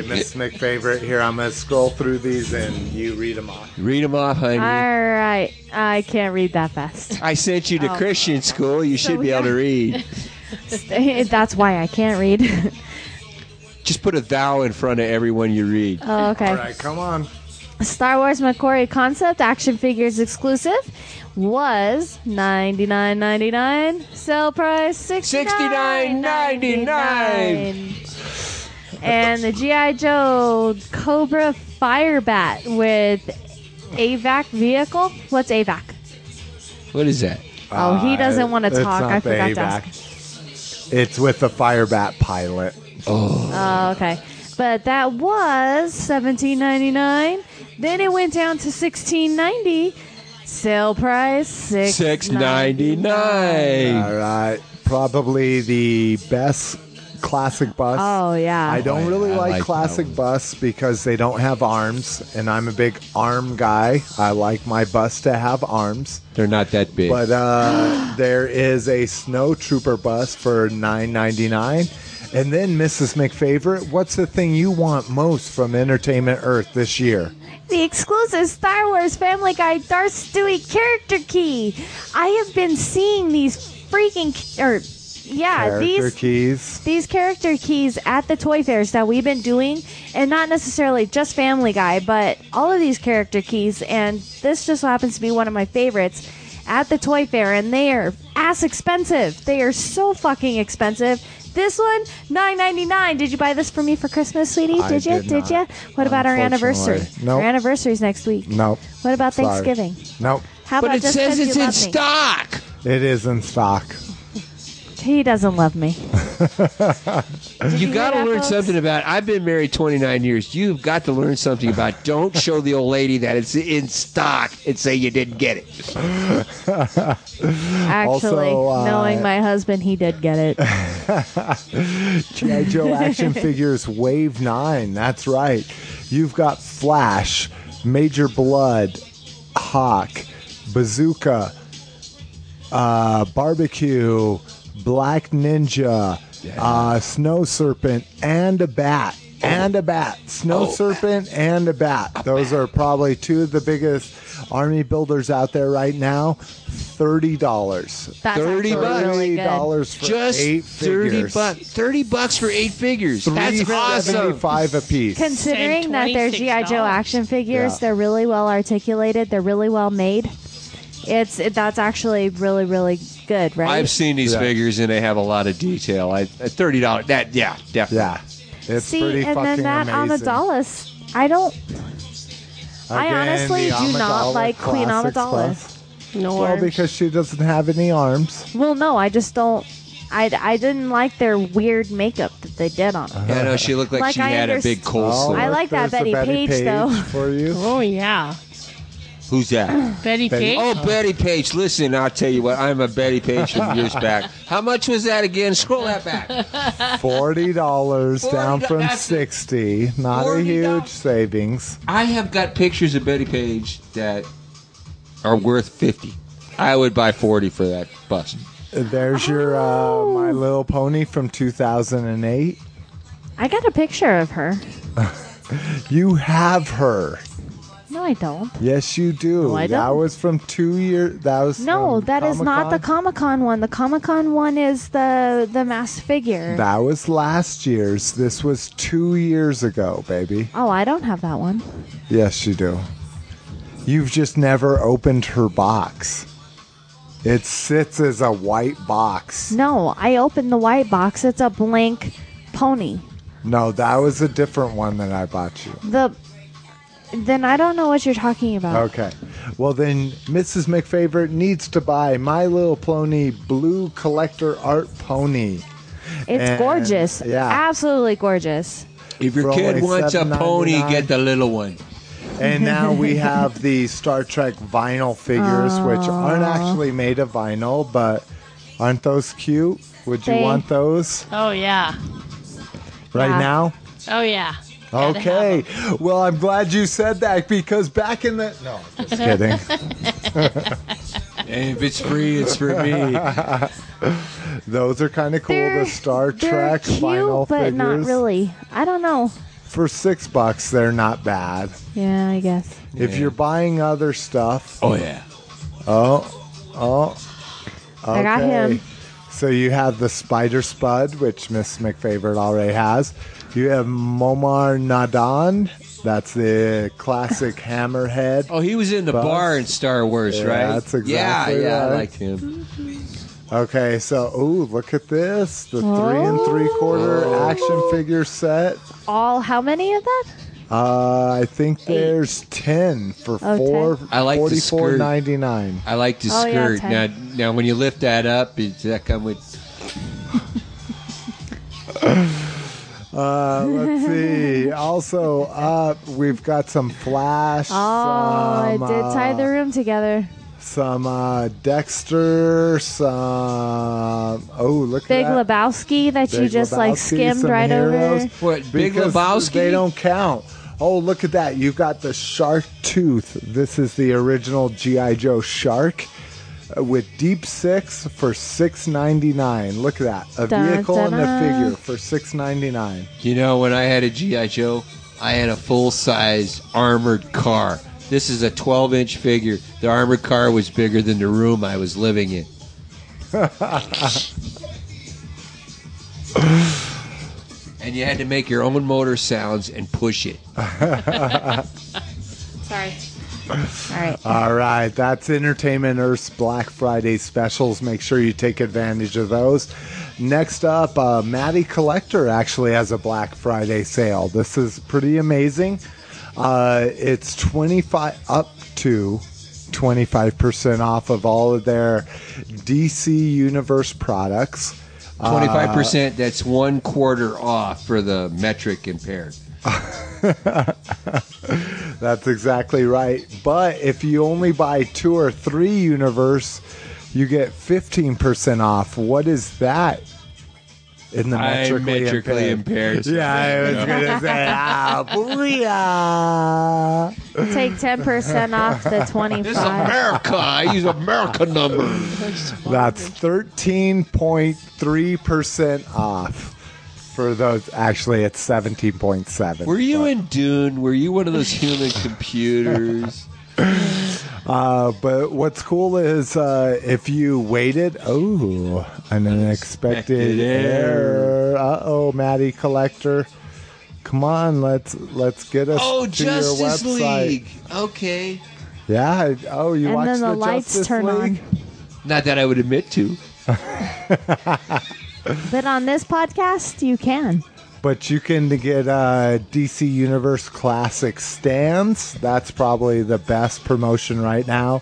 Speaker 3: Miss McFavorite. Here, I'm gonna scroll through these and you read them off.
Speaker 6: Read them off, honey.
Speaker 4: All right, I can't read that fast.
Speaker 6: I sent you to
Speaker 4: Oh.
Speaker 6: Christian school. You should
Speaker 4: we
Speaker 6: be able to
Speaker 4: got-
Speaker 6: read.
Speaker 4: That's why I can't read.
Speaker 6: Just put a thou in front of everyone you read.
Speaker 4: oh, okay.
Speaker 3: All right, come on.
Speaker 4: Star Wars Macquarie concept action figures exclusive was ninety nine ninety nine. Sale price sixty nine ninety nine. And the GI Joe Cobra Firebat with AVAC vehicle. What's AVAC?
Speaker 6: What is that?
Speaker 4: Oh, he doesn't want
Speaker 3: Uh,
Speaker 4: to
Speaker 3: It's
Speaker 4: talk.
Speaker 3: not
Speaker 4: I
Speaker 3: the
Speaker 4: forgot to
Speaker 3: AVAC.
Speaker 4: ask.
Speaker 3: It's with the Firebat pilot.
Speaker 4: Oh, okay. But that was 17.99. Then it went down to 16.90. Sale price
Speaker 6: Six ninety
Speaker 4: 6.99.
Speaker 6: nine.
Speaker 3: All right. Probably the best classic bus.
Speaker 4: Oh yeah.
Speaker 3: I don't really
Speaker 8: I
Speaker 3: like,
Speaker 8: like that
Speaker 3: classic
Speaker 8: one.
Speaker 3: bus because they don't have arms, and I'm a big arm guy. I like my bus to have arms.
Speaker 6: They're not that big.
Speaker 3: But uh, there is a snow trooper bus for nine ninety nine. And then Mrs. McFavorite, what's the thing you want most from Entertainment Earth this year?
Speaker 4: the exclusive Star Wars Family Guy Darth Stewie character key. I have been seeing these freaking or yeah,
Speaker 3: Character
Speaker 4: these
Speaker 3: keys.
Speaker 4: these character keys at the toy fairs that we've been doing, and not necessarily just Family Guy, but all of these character keys. And this just so happens to be one of my favorites at the toy fair, and they are ass expensive. They are so fucking expensive. This one, nine ninety nine. Did you buy this for me for Christmas, sweetie?
Speaker 3: I
Speaker 4: Did you?
Speaker 3: did
Speaker 4: Did,
Speaker 3: not,
Speaker 4: you? What about our anniversary?
Speaker 3: unfortunately. Nope.
Speaker 4: Our anniversary's next week.
Speaker 3: Nope.
Speaker 4: What about
Speaker 3: Sorry.
Speaker 4: Thanksgiving?
Speaker 3: Nope.
Speaker 4: How
Speaker 6: But
Speaker 4: about
Speaker 6: it
Speaker 4: just
Speaker 6: says
Speaker 4: 'cause
Speaker 6: it's
Speaker 4: you
Speaker 6: in
Speaker 4: love me?
Speaker 6: stock.
Speaker 3: It is in stock.
Speaker 4: He doesn't love me.
Speaker 6: You
Speaker 4: hear
Speaker 6: got to
Speaker 4: that,
Speaker 6: learn
Speaker 4: folks?
Speaker 6: something about. I've been married 29 years. You've got to learn something about. Don't show the old lady that it's in stock and say you didn't get it.
Speaker 4: Actually,
Speaker 3: Also, uh,
Speaker 4: knowing my husband, he did get it.
Speaker 3: G.I. Joe action figures Wave 9. That's right. You've got Flash, Major Blood, Hawk, Bazooka, uh, Barbecue, Black Ninja, uh, Snow Serpent, and a bat. And a bat. Snow Serpent and Oh. a bat. Those are probably two of the biggest army builders out there right now. $30.
Speaker 4: That's
Speaker 6: 30
Speaker 4: actually
Speaker 6: bucks.
Speaker 4: really good.
Speaker 3: $30 for
Speaker 6: Just
Speaker 3: eight
Speaker 6: 30
Speaker 3: figures.
Speaker 6: bucks. 30 bucks for eight figures. That's awesome.
Speaker 3: Five apiece.
Speaker 4: Considering that they're GI Joe
Speaker 5: $26.
Speaker 4: action figures,
Speaker 3: Yeah.
Speaker 4: they're really well articulated. They're really well made. It's it, that's actually really really good, right?
Speaker 6: I've seen these
Speaker 3: Yeah.
Speaker 6: figures and they have a lot of detail. I, at thirty dollars. That yeah, definitely.
Speaker 3: yeah, it's
Speaker 4: See,
Speaker 3: pretty
Speaker 4: and
Speaker 3: fucking
Speaker 4: then that
Speaker 3: amazing.
Speaker 4: Amidala's. I don't. I
Speaker 3: Again,
Speaker 4: honestly
Speaker 3: the
Speaker 4: do not
Speaker 3: Amidala
Speaker 4: like Queen
Speaker 3: classics
Speaker 4: Amidala.
Speaker 3: plus.
Speaker 5: No
Speaker 3: Well,
Speaker 5: arms.
Speaker 3: because she doesn't have any arms.
Speaker 4: Well, no, I just don't. I, I didn't like their weird makeup that they did on
Speaker 3: Uh.
Speaker 4: them.
Speaker 6: Yeah, no, she looked like,
Speaker 4: Like
Speaker 6: she
Speaker 4: I
Speaker 6: had a
Speaker 4: understand.
Speaker 6: big cold
Speaker 3: Oh.
Speaker 6: sore.
Speaker 4: I like that
Speaker 3: there's the
Speaker 4: Betty Page, though.
Speaker 3: For you,
Speaker 5: Oh yeah,
Speaker 6: Who's that?
Speaker 5: Betty
Speaker 3: Betty-
Speaker 5: Page.
Speaker 6: Oh, Betty Page. Listen, I'll tell you what. I'm a Betty Page from years back. How much was that again? Scroll that back.
Speaker 3: forty dollars down
Speaker 6: $40,
Speaker 3: from
Speaker 6: that's-
Speaker 3: sixty. Not a
Speaker 6: $40.
Speaker 3: huge savings.
Speaker 6: I have got pictures of Betty Page that are worth fifty. I would buy forty for that bust.
Speaker 3: There's your uh,
Speaker 4: Oh.
Speaker 3: My Little Pony from 2008.
Speaker 4: I got a picture of her.
Speaker 3: You have her.
Speaker 4: No, I don't.
Speaker 3: Yes, you do.
Speaker 4: No, I
Speaker 3: That
Speaker 4: don't.
Speaker 3: was from two years. That was
Speaker 4: No,
Speaker 3: from
Speaker 4: that is not the
Speaker 3: Comic-Con.
Speaker 4: Comic Con one. The Comic Con one is the the mass figure.
Speaker 3: That was last year's. This was two years ago, baby.
Speaker 4: oh, I don't have that one.
Speaker 3: Yes, you do. You've just never opened her box. It sits as a white box.
Speaker 4: No, I opened the white box. It's a blank pony.
Speaker 3: No, that was a different one that I bought you.
Speaker 4: The then I don't know what you're talking about.
Speaker 3: Okay. Well, then Mrs. McFavorite needs to buy My Little Pony Blue Collector Art Pony.
Speaker 4: It's
Speaker 3: And-
Speaker 4: gorgeous.
Speaker 3: yeah.
Speaker 4: Absolutely gorgeous.
Speaker 6: If your
Speaker 3: For
Speaker 6: kid
Speaker 3: only
Speaker 6: wants a pony,
Speaker 3: $7.99.
Speaker 6: get the little one.
Speaker 3: And now we have the Star Trek vinyl figures, which aren't actually made of vinyl, but aren't those cute? Would you
Speaker 4: They-
Speaker 3: want those
Speaker 5: Oh yeah.
Speaker 3: right
Speaker 4: Yeah.
Speaker 3: now?
Speaker 5: Oh yeah. Gotta have
Speaker 3: Okay. Well, I'm glad you said that because back in the no, just kidding.
Speaker 6: And if it's free, it's for me.
Speaker 3: Those are kind of cool.
Speaker 4: They're-
Speaker 3: the Star
Speaker 4: They're
Speaker 3: Trek
Speaker 4: cute,
Speaker 3: vinyl
Speaker 4: but
Speaker 3: figures
Speaker 4: not really. I don't know.
Speaker 3: for six bucks. They're not bad.
Speaker 4: Yeah, I guess.
Speaker 3: If you're buying other stuff,
Speaker 6: Oh yeah.
Speaker 3: oh, oh,
Speaker 4: I got him.
Speaker 3: So you have the Spider Spud, which Miss McFavorite already has. You have Momar Nadan. That's the classic hammerhead.
Speaker 6: Oh, he was in the
Speaker 3: Buzz.
Speaker 6: bar in Star Wars,
Speaker 3: Yeah,
Speaker 6: right?
Speaker 3: that's
Speaker 6: Yeah,
Speaker 3: exactly
Speaker 6: yeah, I
Speaker 3: right.
Speaker 6: liked him.
Speaker 3: Okay, so ooh, look at this. The
Speaker 4: Oh.
Speaker 3: three and three quarter action figure set.
Speaker 4: All how many of that?
Speaker 3: Uh, I think there's ten for
Speaker 4: Oh,
Speaker 3: four
Speaker 4: 10.
Speaker 6: I like the
Speaker 3: forty
Speaker 6: skirt.
Speaker 3: four ninety nine.
Speaker 6: I liked his
Speaker 4: Oh, yeah,
Speaker 6: skirt.
Speaker 4: Ted.
Speaker 6: now, now, when you lift that up, it- does that come with?
Speaker 3: Uh, let's see. Also up, we've got some Flash.
Speaker 4: Oh, I
Speaker 3: some,
Speaker 4: did tie
Speaker 3: uh,
Speaker 4: the room together.
Speaker 3: some uh, Dexter, some. Oh, look
Speaker 4: Big
Speaker 3: at that.
Speaker 4: Lebowski that you
Speaker 3: Big
Speaker 4: just like
Speaker 3: Lebowski,
Speaker 4: skimmed
Speaker 3: some
Speaker 4: right
Speaker 3: heroes.
Speaker 4: over.
Speaker 6: What, Big
Speaker 3: Because
Speaker 6: Lebowski?
Speaker 3: They don't count. Oh, look at that. You've got the shark tooth. This is the original G.I. Joe shark uh, with deep six for six ninety nine. Look at that. A
Speaker 4: Dun,
Speaker 3: vehicle
Speaker 4: dun,
Speaker 3: and a
Speaker 4: dun.
Speaker 3: figure for six ninety nine.
Speaker 6: You know, when I had a G.I. Joe, I had a full size armored car. This is a 12 inch figure. The armored car was bigger than the room I was living in. and you had to make your own motor sounds and push it.
Speaker 5: Sorry.
Speaker 4: All right.
Speaker 3: All right, that's Entertainment Earth's Black Friday specials. Make sure you take advantage of those. Next up, uh, Maddie Collector actually has a Black Friday sale. This is pretty amazing. Uh, it's 25 up to 25% off of all of their DC Universe products.
Speaker 6: 25%,
Speaker 4: Uh.
Speaker 6: that's one quarter off for the metric impaired.
Speaker 3: That's exactly right. But if you only buy two or three universe, you get 15% off. What is that? In the
Speaker 6: I'm
Speaker 3: metrically,
Speaker 6: metrically impaired.
Speaker 3: Yeah, I was going to say, ah, booyah.
Speaker 4: Take 10% off the 25.
Speaker 6: America. I use America numbers.
Speaker 3: That's 13.3% off for those. Actually, it's 17.7.
Speaker 6: Were you in Dune? Were you one of those human computers?
Speaker 3: Uh, but what's cool is uh, if you waited, oh, an unexpected
Speaker 6: Unexpected error.
Speaker 3: error. Uh oh, Maddie Collector. Come on, let's let's get us
Speaker 6: Oh,
Speaker 3: to
Speaker 6: Justice
Speaker 3: your website.
Speaker 6: League. Okay.
Speaker 3: Yeah. I- Oh, you
Speaker 4: And
Speaker 3: watched
Speaker 4: then the lights
Speaker 3: Justice
Speaker 4: turn on.
Speaker 3: League?
Speaker 6: Not that I would admit to.
Speaker 4: But on this podcast, you can.
Speaker 3: But you can get uh, DC Universe Classic stands. That's probably the best promotion right now.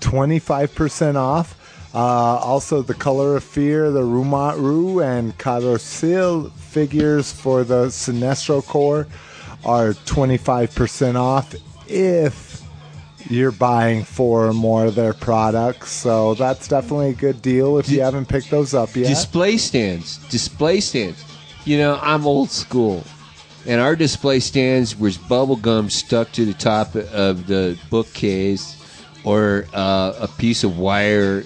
Speaker 3: 25% off. Uh, also, the Color of Fear, the Rumatru, and Carosil figures for the Sinestro Corps are 25% off if you're buying four or more of their products. So that's definitely a good deal if you haven't picked those up yet.
Speaker 6: Display stands. Display stands. You know, I'm old school. And our display stands was bubble gum stuck to the top of the bookcase or uh, a piece of wire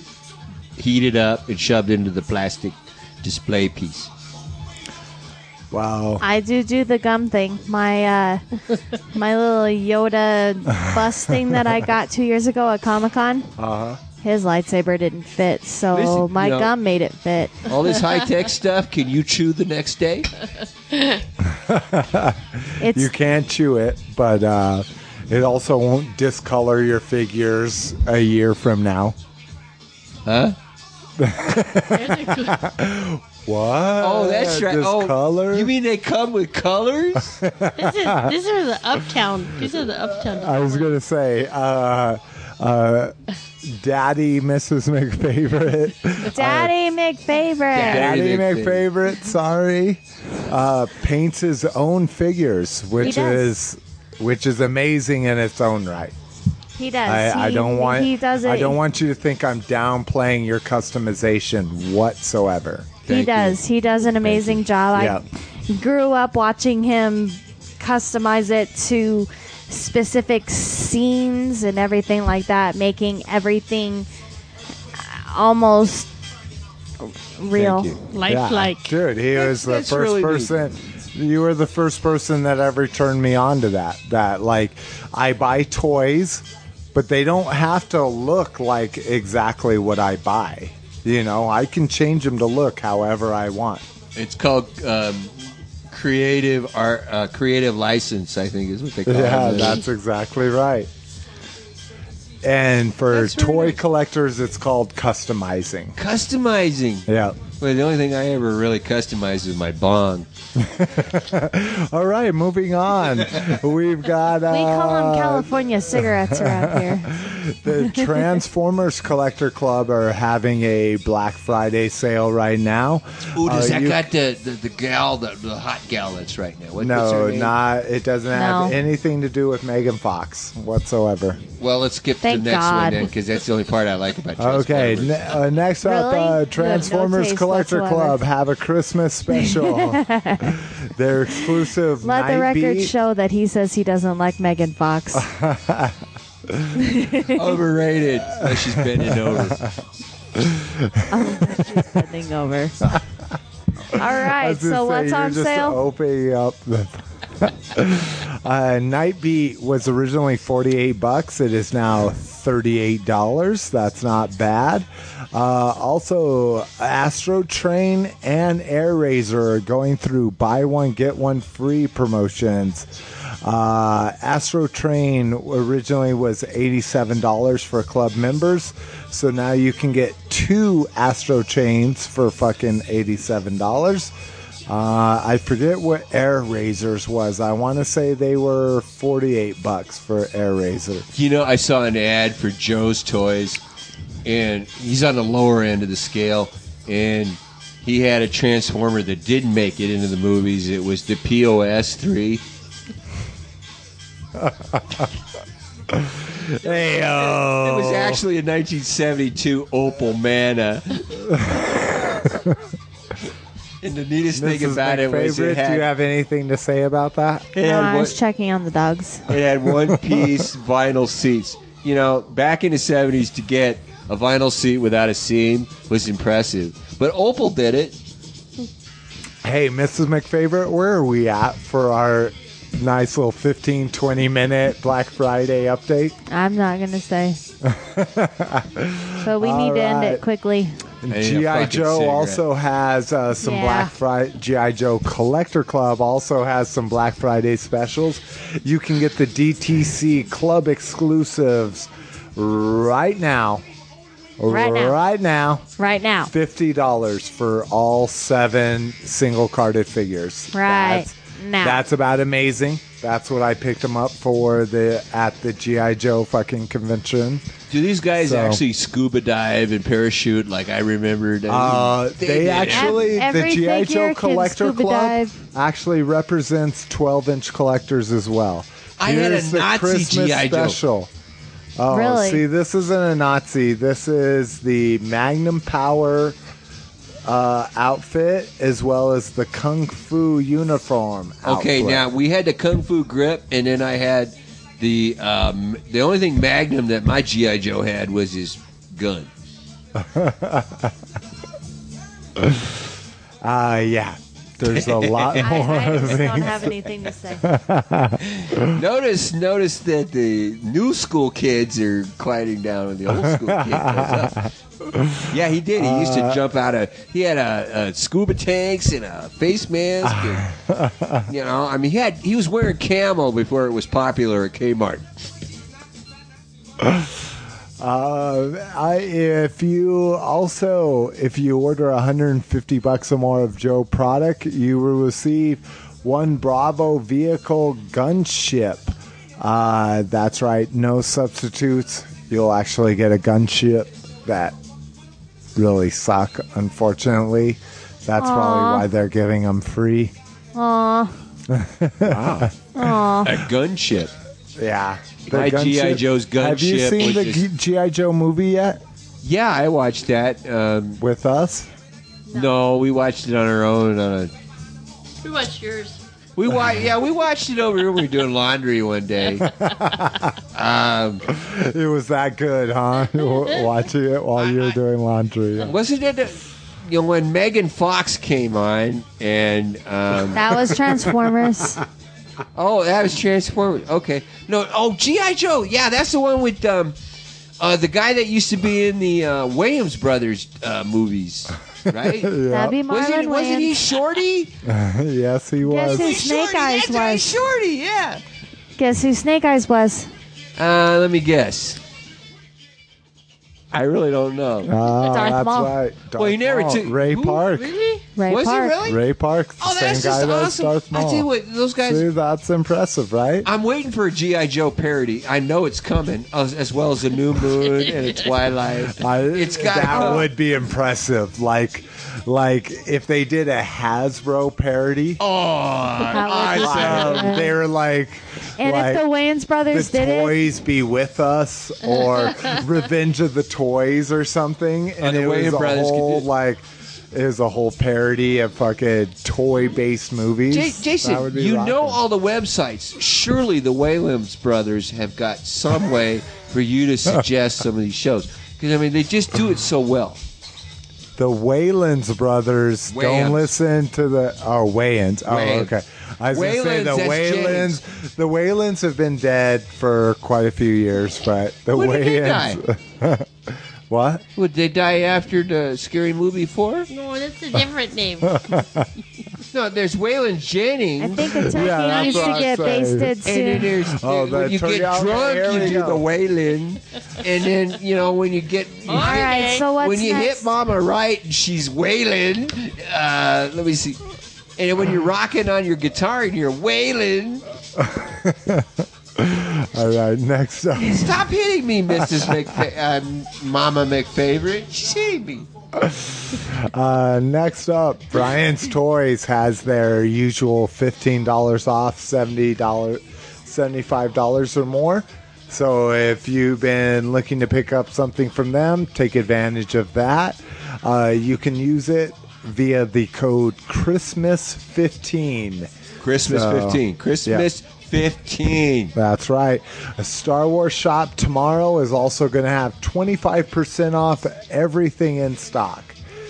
Speaker 6: heated up and shoved into the plastic display piece.
Speaker 3: wow.
Speaker 4: I do do the gum thing. My uh, my little Yoda bus thing that I got two years ago at Comic Con. Uh
Speaker 3: Uh-huh.
Speaker 4: huh. His lightsaber didn't fit, so
Speaker 6: Listen,
Speaker 4: my
Speaker 6: you know-
Speaker 4: gum made it fit.
Speaker 6: All this high tech stuff, can you chew the next day?
Speaker 4: It's
Speaker 3: you can't chew it, but uh, it also won't discolor your figures a year from now.
Speaker 6: Huh?
Speaker 3: Oh,
Speaker 5: There's a good-
Speaker 3: What?
Speaker 6: Oh, that's right.
Speaker 3: Discolor?
Speaker 6: Oh, you mean they come with colors?
Speaker 5: this is, these are the uptown. These are the uptown.
Speaker 6: Uh,
Speaker 3: I was gonna say, uh, uh, Daddy, Mrs. McFavorite,
Speaker 4: Daddy McFavorite.
Speaker 3: Daddy
Speaker 6: Daddy
Speaker 3: McFavorite. Sorry, uh, paints his own figures, which
Speaker 4: does.
Speaker 3: is which is amazing in its own right.
Speaker 4: He
Speaker 6: Uh,
Speaker 4: does.
Speaker 3: I, I
Speaker 4: He-
Speaker 3: don't want
Speaker 4: He does it.
Speaker 3: I don't want you to think I'm downplaying your customization whatsoever.
Speaker 6: Thank
Speaker 4: He
Speaker 6: you.
Speaker 4: does. He does an amazing job. I
Speaker 3: Yeah.
Speaker 4: grew up watching him customize it to specific scenes and everything like that, making everything almost real.
Speaker 6: Thank you.
Speaker 5: Lifelike.
Speaker 3: Dude, he
Speaker 6: That's-
Speaker 3: was the
Speaker 6: that's
Speaker 3: first
Speaker 6: really neat.
Speaker 3: person. You were the first person that ever turned me on to that. That, like, I buy toys, but they don't have to look like exactly what I buy. You know, I can change them to look however I want.
Speaker 6: It's called um, creative art, uh, creative license. I think is what they call
Speaker 3: Yeah,
Speaker 6: it.
Speaker 3: that's exactly right. And for
Speaker 6: That's really
Speaker 3: toy
Speaker 6: nice.
Speaker 3: collectors, it's called customizing.
Speaker 6: customizing.
Speaker 3: Yeah.
Speaker 6: Well, the only thing I ever really customized is my bong.
Speaker 3: All right, moving on. We've got. Uh,
Speaker 4: We call them California cigarettes around here.
Speaker 3: the Transformers Collector Club are having a Black Friday sale right now.
Speaker 6: Ooh, does
Speaker 3: Uh,
Speaker 6: that
Speaker 3: you-
Speaker 6: got the, the, the gal, the, the hot gal that's right now? What- what's her
Speaker 3: No,
Speaker 6: name?
Speaker 3: not. It doesn't have
Speaker 4: No.
Speaker 3: anything to do with Megan Fox whatsoever.
Speaker 6: Well, let's skip
Speaker 4: Thank
Speaker 6: to the next
Speaker 4: God.
Speaker 6: one then, because that's the only part I like about
Speaker 3: Okay,
Speaker 6: Transformers.
Speaker 3: ne- uh, next up,
Speaker 4: Really? You
Speaker 3: uh,
Speaker 4: have no
Speaker 3: Transformers
Speaker 4: taste
Speaker 3: Collector
Speaker 4: whatsoever.
Speaker 3: Club have a Christmas special. Their exclusive
Speaker 4: Let the
Speaker 3: night
Speaker 4: record
Speaker 3: beat.
Speaker 4: show that he says he doesn't like Megan Fox.
Speaker 6: Overrated. Unless she's bending over.
Speaker 4: bending over. All
Speaker 3: I
Speaker 4: right,
Speaker 3: was gonna
Speaker 4: so
Speaker 3: say,
Speaker 4: what's
Speaker 3: you're
Speaker 4: on
Speaker 3: just
Speaker 4: sale?
Speaker 3: Opening up the. uh, Nightbeat was originally forty-eight bucks. It is now thirty-eight dollars. That's not bad. Uh, also, Astro Train and Air Razor are going through buy one get one free promotions. Uh, Astro Train originally was eighty-seven dollars for club members, so now you can get two Astro Chains for fucking eighty-seven dollars. Uh, I forget what Air Razors was. I want to say they were forty-eight bucks for Air Razor.
Speaker 6: You know, I saw an ad for Joe's Toys, and he's on the lower end of the scale, and he had a Transformer that didn't make it into the movies. It was the POS 3. It was
Speaker 3: Oh.
Speaker 6: actually a 1972 Opal Mana. and the neatest
Speaker 3: Mrs.
Speaker 6: thing about it was
Speaker 3: McFavorite,
Speaker 6: it had,
Speaker 3: do you have anything to say about that?
Speaker 6: it
Speaker 4: No,
Speaker 6: had
Speaker 4: I
Speaker 6: one-
Speaker 4: was checking on the dogs.
Speaker 6: it had one piece vinyl seats. You know, back in the 70s, to get a vinyl seat without a seam was impressive. But Opal did it.
Speaker 3: Hey, Mrs. McFavorite, where are we at for our nice little 15, 20 minute Black Friday update?
Speaker 4: I'm not gonna say. so we need to end
Speaker 3: right.
Speaker 4: it quickly.
Speaker 6: need a
Speaker 3: G.I.
Speaker 6: fucking
Speaker 3: Joe
Speaker 6: cigarette.
Speaker 3: also has uh, some
Speaker 4: Yeah.
Speaker 3: Black Friday. G.I. Joe Collector Club also has some Black Friday specials. You can get the DTC club exclusives right now.
Speaker 4: Right now.
Speaker 3: Right now.
Speaker 4: Right now.
Speaker 3: $50 for all seven single carded figures.
Speaker 4: Right now.
Speaker 3: That's about amazing. That's what I picked them up for the at the GI Joe fucking convention.
Speaker 6: Do these guys
Speaker 3: So-
Speaker 6: actually scuba dive and parachute like I remembered? I
Speaker 3: Uh,
Speaker 6: mean,
Speaker 3: they
Speaker 6: did it.
Speaker 3: actually
Speaker 4: Ev-
Speaker 3: the
Speaker 4: every
Speaker 3: GI
Speaker 4: figure
Speaker 3: Joe
Speaker 4: can
Speaker 3: collector
Speaker 4: scuba
Speaker 3: club
Speaker 4: dive.
Speaker 3: actually represents 12 inch collectors as well.
Speaker 6: I had a
Speaker 3: Here's the
Speaker 6: Nazi
Speaker 3: Christmas
Speaker 6: G.I. Joe.
Speaker 3: special. Oh,
Speaker 4: Really?
Speaker 3: see, this isn't a Nazi. This is the Magnum Power uh, outfit as well as the Kung Fu uniform.
Speaker 6: Okay,
Speaker 3: outfit.
Speaker 6: now we had the kung fu grip, and then I had the um, the only thing Magnum that my GI Joe had was his gun.
Speaker 3: Uh, yeah. There's a lot
Speaker 4: I,
Speaker 3: more
Speaker 4: I
Speaker 3: of
Speaker 4: just don't
Speaker 3: things.
Speaker 4: have anything to say.
Speaker 6: Notice, notice that the new school kids are quieting down when the old school kids. goes up. Yeah, he did. He used to
Speaker 3: Uh,
Speaker 6: jump out of. He had a, a scuba tanks and a face mask. And, you know, I mean, he had. He was wearing camo before it was popular at Kmart.
Speaker 3: Uh, I, if you also if you order 150 bucks or more of Joe product, you will receive one Bravo vehicle gunship. Uh, that's right, no substitutes. You'll actually get a gunship that really suck. Unfortunately, that's
Speaker 4: Aw.
Speaker 3: probably why they're giving them free.
Speaker 4: Aw.
Speaker 6: A gunship.
Speaker 3: Yeah,
Speaker 6: My G.I. Joe's gunship
Speaker 3: Have you seen
Speaker 6: was
Speaker 3: the
Speaker 6: just-
Speaker 3: GI Joe movie yet?
Speaker 6: Yeah, I watched that. Um,
Speaker 3: With us?
Speaker 6: no. we watched it on our own. On a
Speaker 5: Who watched yours?
Speaker 6: we wa- Yeah, we watched it over here when we were doing laundry one day. Um,
Speaker 3: It was that good, huh? Watching it while you were doing laundry.
Speaker 6: Wasn't it, a, you know, when Megan Fox came on and um,
Speaker 4: That was Transformers.
Speaker 6: oh, that was Transformers. Okay, no, oh, GI Joe. Yeah, that's the one with um, uh, the guy that used to be in the uh, Williams brothers uh, movies, right?
Speaker 4: That'd be
Speaker 6: Was
Speaker 4: Marlon
Speaker 6: it, wasn't he
Speaker 4: Wayans.
Speaker 6: Shorty?
Speaker 3: yes, he was.
Speaker 4: Yes, he-
Speaker 6: He's
Speaker 4: Snake
Speaker 6: Shorty,
Speaker 4: Eyes
Speaker 6: that's right,
Speaker 4: was.
Speaker 6: Shorty, yeah.
Speaker 4: Guess who Snake Eyes was?
Speaker 6: Uh, let me guess. I really don't know.
Speaker 3: Ah,
Speaker 4: Darth
Speaker 3: that's
Speaker 4: Maul.
Speaker 3: Ah, right. Darth
Speaker 6: well, you never
Speaker 3: Maul.
Speaker 6: took
Speaker 3: Uh, oh, Ray
Speaker 6: who?
Speaker 3: Park.
Speaker 5: Really?
Speaker 4: Ray
Speaker 6: was
Speaker 4: Park.
Speaker 6: he really?
Speaker 3: Ray Park, the
Speaker 6: Oh,
Speaker 3: same
Speaker 6: that's
Speaker 3: guy
Speaker 6: just
Speaker 3: that was
Speaker 6: awesome!
Speaker 3: Darth
Speaker 6: I
Speaker 3: Maul.
Speaker 6: tell you what, those guys.
Speaker 3: See, that's impressive, right?
Speaker 6: I'm waiting for a GI Joe parody. I know it's coming, as, as well as a New Moon and a Twilight.
Speaker 3: I,
Speaker 6: It's got
Speaker 3: that would be impressive. Like, like if they did a Hasbro parody,
Speaker 6: Oh,
Speaker 4: That would be
Speaker 6: awesome.
Speaker 4: awesome.
Speaker 3: um, they were like,
Speaker 4: and
Speaker 3: like,
Speaker 4: if the Wayans brothers
Speaker 3: the
Speaker 4: did it,
Speaker 3: toys be with us or revenge of the toys or something and
Speaker 6: the
Speaker 3: it was
Speaker 6: Wayans
Speaker 3: a
Speaker 6: brothers could
Speaker 3: whole
Speaker 6: do-
Speaker 3: like it was a whole parody of fucking toy based movies
Speaker 6: J- Jason,
Speaker 3: That would be
Speaker 6: you
Speaker 3: rocking.
Speaker 6: know all the websites. Surely the Waylands brothers have got some way for you to suggest some of these shows. Because, I mean, they just do it so well.
Speaker 3: the Wayans brothers
Speaker 6: Wayans.
Speaker 3: don't listen to the oh Wayans oh
Speaker 6: Wayans.
Speaker 3: okay I was gonna say
Speaker 6: Wayans,
Speaker 3: the
Speaker 6: that's Jennings.
Speaker 3: Wayans the Wayans have been dead for quite a few years but the
Speaker 6: When did they
Speaker 3: Wayans what
Speaker 6: Would they die after the Scary Movie 4?
Speaker 5: No, that's a different name.
Speaker 6: No, there's Waylon
Speaker 4: I
Speaker 6: Jennings.
Speaker 4: think a turkey
Speaker 3: Yeah, that's
Speaker 4: needs
Speaker 3: what
Speaker 4: to
Speaker 3: I'm
Speaker 4: get
Speaker 3: saying.
Speaker 4: basted
Speaker 6: And then
Speaker 4: soon.
Speaker 6: there's
Speaker 3: Oh,
Speaker 6: when
Speaker 3: that
Speaker 6: you
Speaker 3: turned
Speaker 6: get
Speaker 3: out-
Speaker 6: drunk,
Speaker 3: there
Speaker 6: you
Speaker 3: we
Speaker 6: do
Speaker 3: go.
Speaker 6: the Waylon, and then you know when you get you
Speaker 5: All
Speaker 6: hit-
Speaker 4: All right, so what's
Speaker 6: when you
Speaker 4: next?
Speaker 6: hit Mama right, and she's wailing. Uh, let me see. And then when you're rocking on your guitar and you're wailing,
Speaker 3: all right Uh, next up
Speaker 6: stop hitting me, Mrs. McFa- uh, Mama McFavorite. She's hitting me.
Speaker 3: Uh, next up, Brian's Toys has their usual $15 off, $70, $75 or more. So if you've been looking to pick up something from them, take advantage of that. Uh, you can use it via the code Christmas15.
Speaker 6: Christmas
Speaker 3: So,
Speaker 6: 15. Christmas 15.
Speaker 3: That's right. A Star Wars shop tomorrow is also going to have 25% off everything in stock.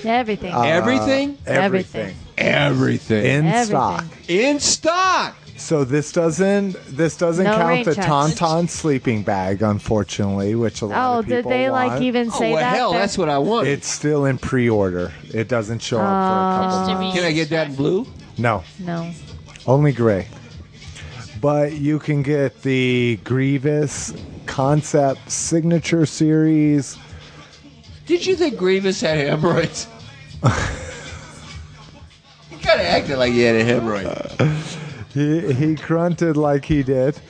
Speaker 4: Everything.
Speaker 3: Uh,
Speaker 6: everything?
Speaker 4: Everything.
Speaker 6: Everything.
Speaker 3: in
Speaker 4: Everything.
Speaker 3: stock.
Speaker 6: in stock.
Speaker 3: So this doesn't this doesn't
Speaker 4: No rain
Speaker 3: count the
Speaker 4: checks.
Speaker 3: Tauntaun sleeping bag, unfortunately, which a lot
Speaker 4: Oh,
Speaker 3: of people
Speaker 4: did they like
Speaker 3: want.
Speaker 4: even
Speaker 6: Oh,
Speaker 4: say
Speaker 6: well,
Speaker 4: that?
Speaker 6: hell,
Speaker 4: They're-
Speaker 6: that's what I want.
Speaker 3: It's still in pre-order. It doesn't show up
Speaker 4: Oh.
Speaker 3: for a couple
Speaker 5: Just to
Speaker 3: months.
Speaker 5: be-
Speaker 6: Can I get that in blue?
Speaker 3: No,
Speaker 4: no.
Speaker 3: only gray. But you can get the Grievous concept signature series.
Speaker 6: Did you think Grievous had hemorrhoids? you kind of acted like he had a hemorrhoid.
Speaker 3: He he grunted like he did.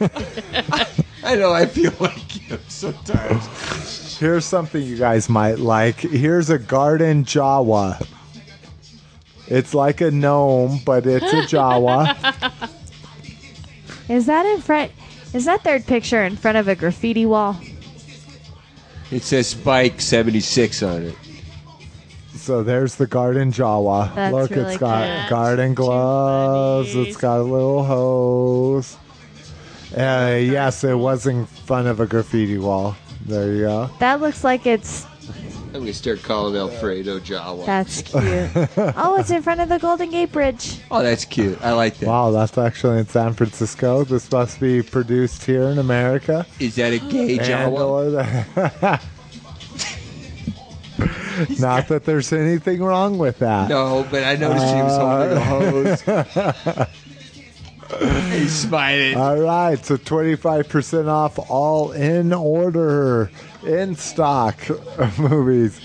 Speaker 6: I know I feel like him sometimes.
Speaker 3: Here's something you guys might like. Here's a garden Jawa. It's like a gnome, but it's a Jawa.
Speaker 4: Is that in front? Is that third picture in front of a graffiti wall?
Speaker 6: It says Spike 76 on it.
Speaker 3: So there's the garden Jawa.
Speaker 4: That's
Speaker 3: Look,
Speaker 4: really
Speaker 3: it's got
Speaker 5: good.
Speaker 3: garden gloves.
Speaker 5: funny.
Speaker 3: It's got a little hose. Uh, yes, it was in front of a graffiti wall. There you go.
Speaker 4: That looks like it's.
Speaker 6: I'm going to start calling Alfredo Jawa.
Speaker 4: That's cute. oh, it's in front of the Golden Gate Bridge.
Speaker 6: oh, that's cute. I like that. Is
Speaker 3: Wow, that's actually in San Francisco. This must be produced here in America.
Speaker 6: that a gay
Speaker 3: And
Speaker 6: Jawa?
Speaker 3: or the- Not that there's anything wrong with that.
Speaker 6: No, but I noticed he was holding a hose.
Speaker 3: Uh,
Speaker 6: he smiling.
Speaker 3: All right, so 25% off all in order, in stock movies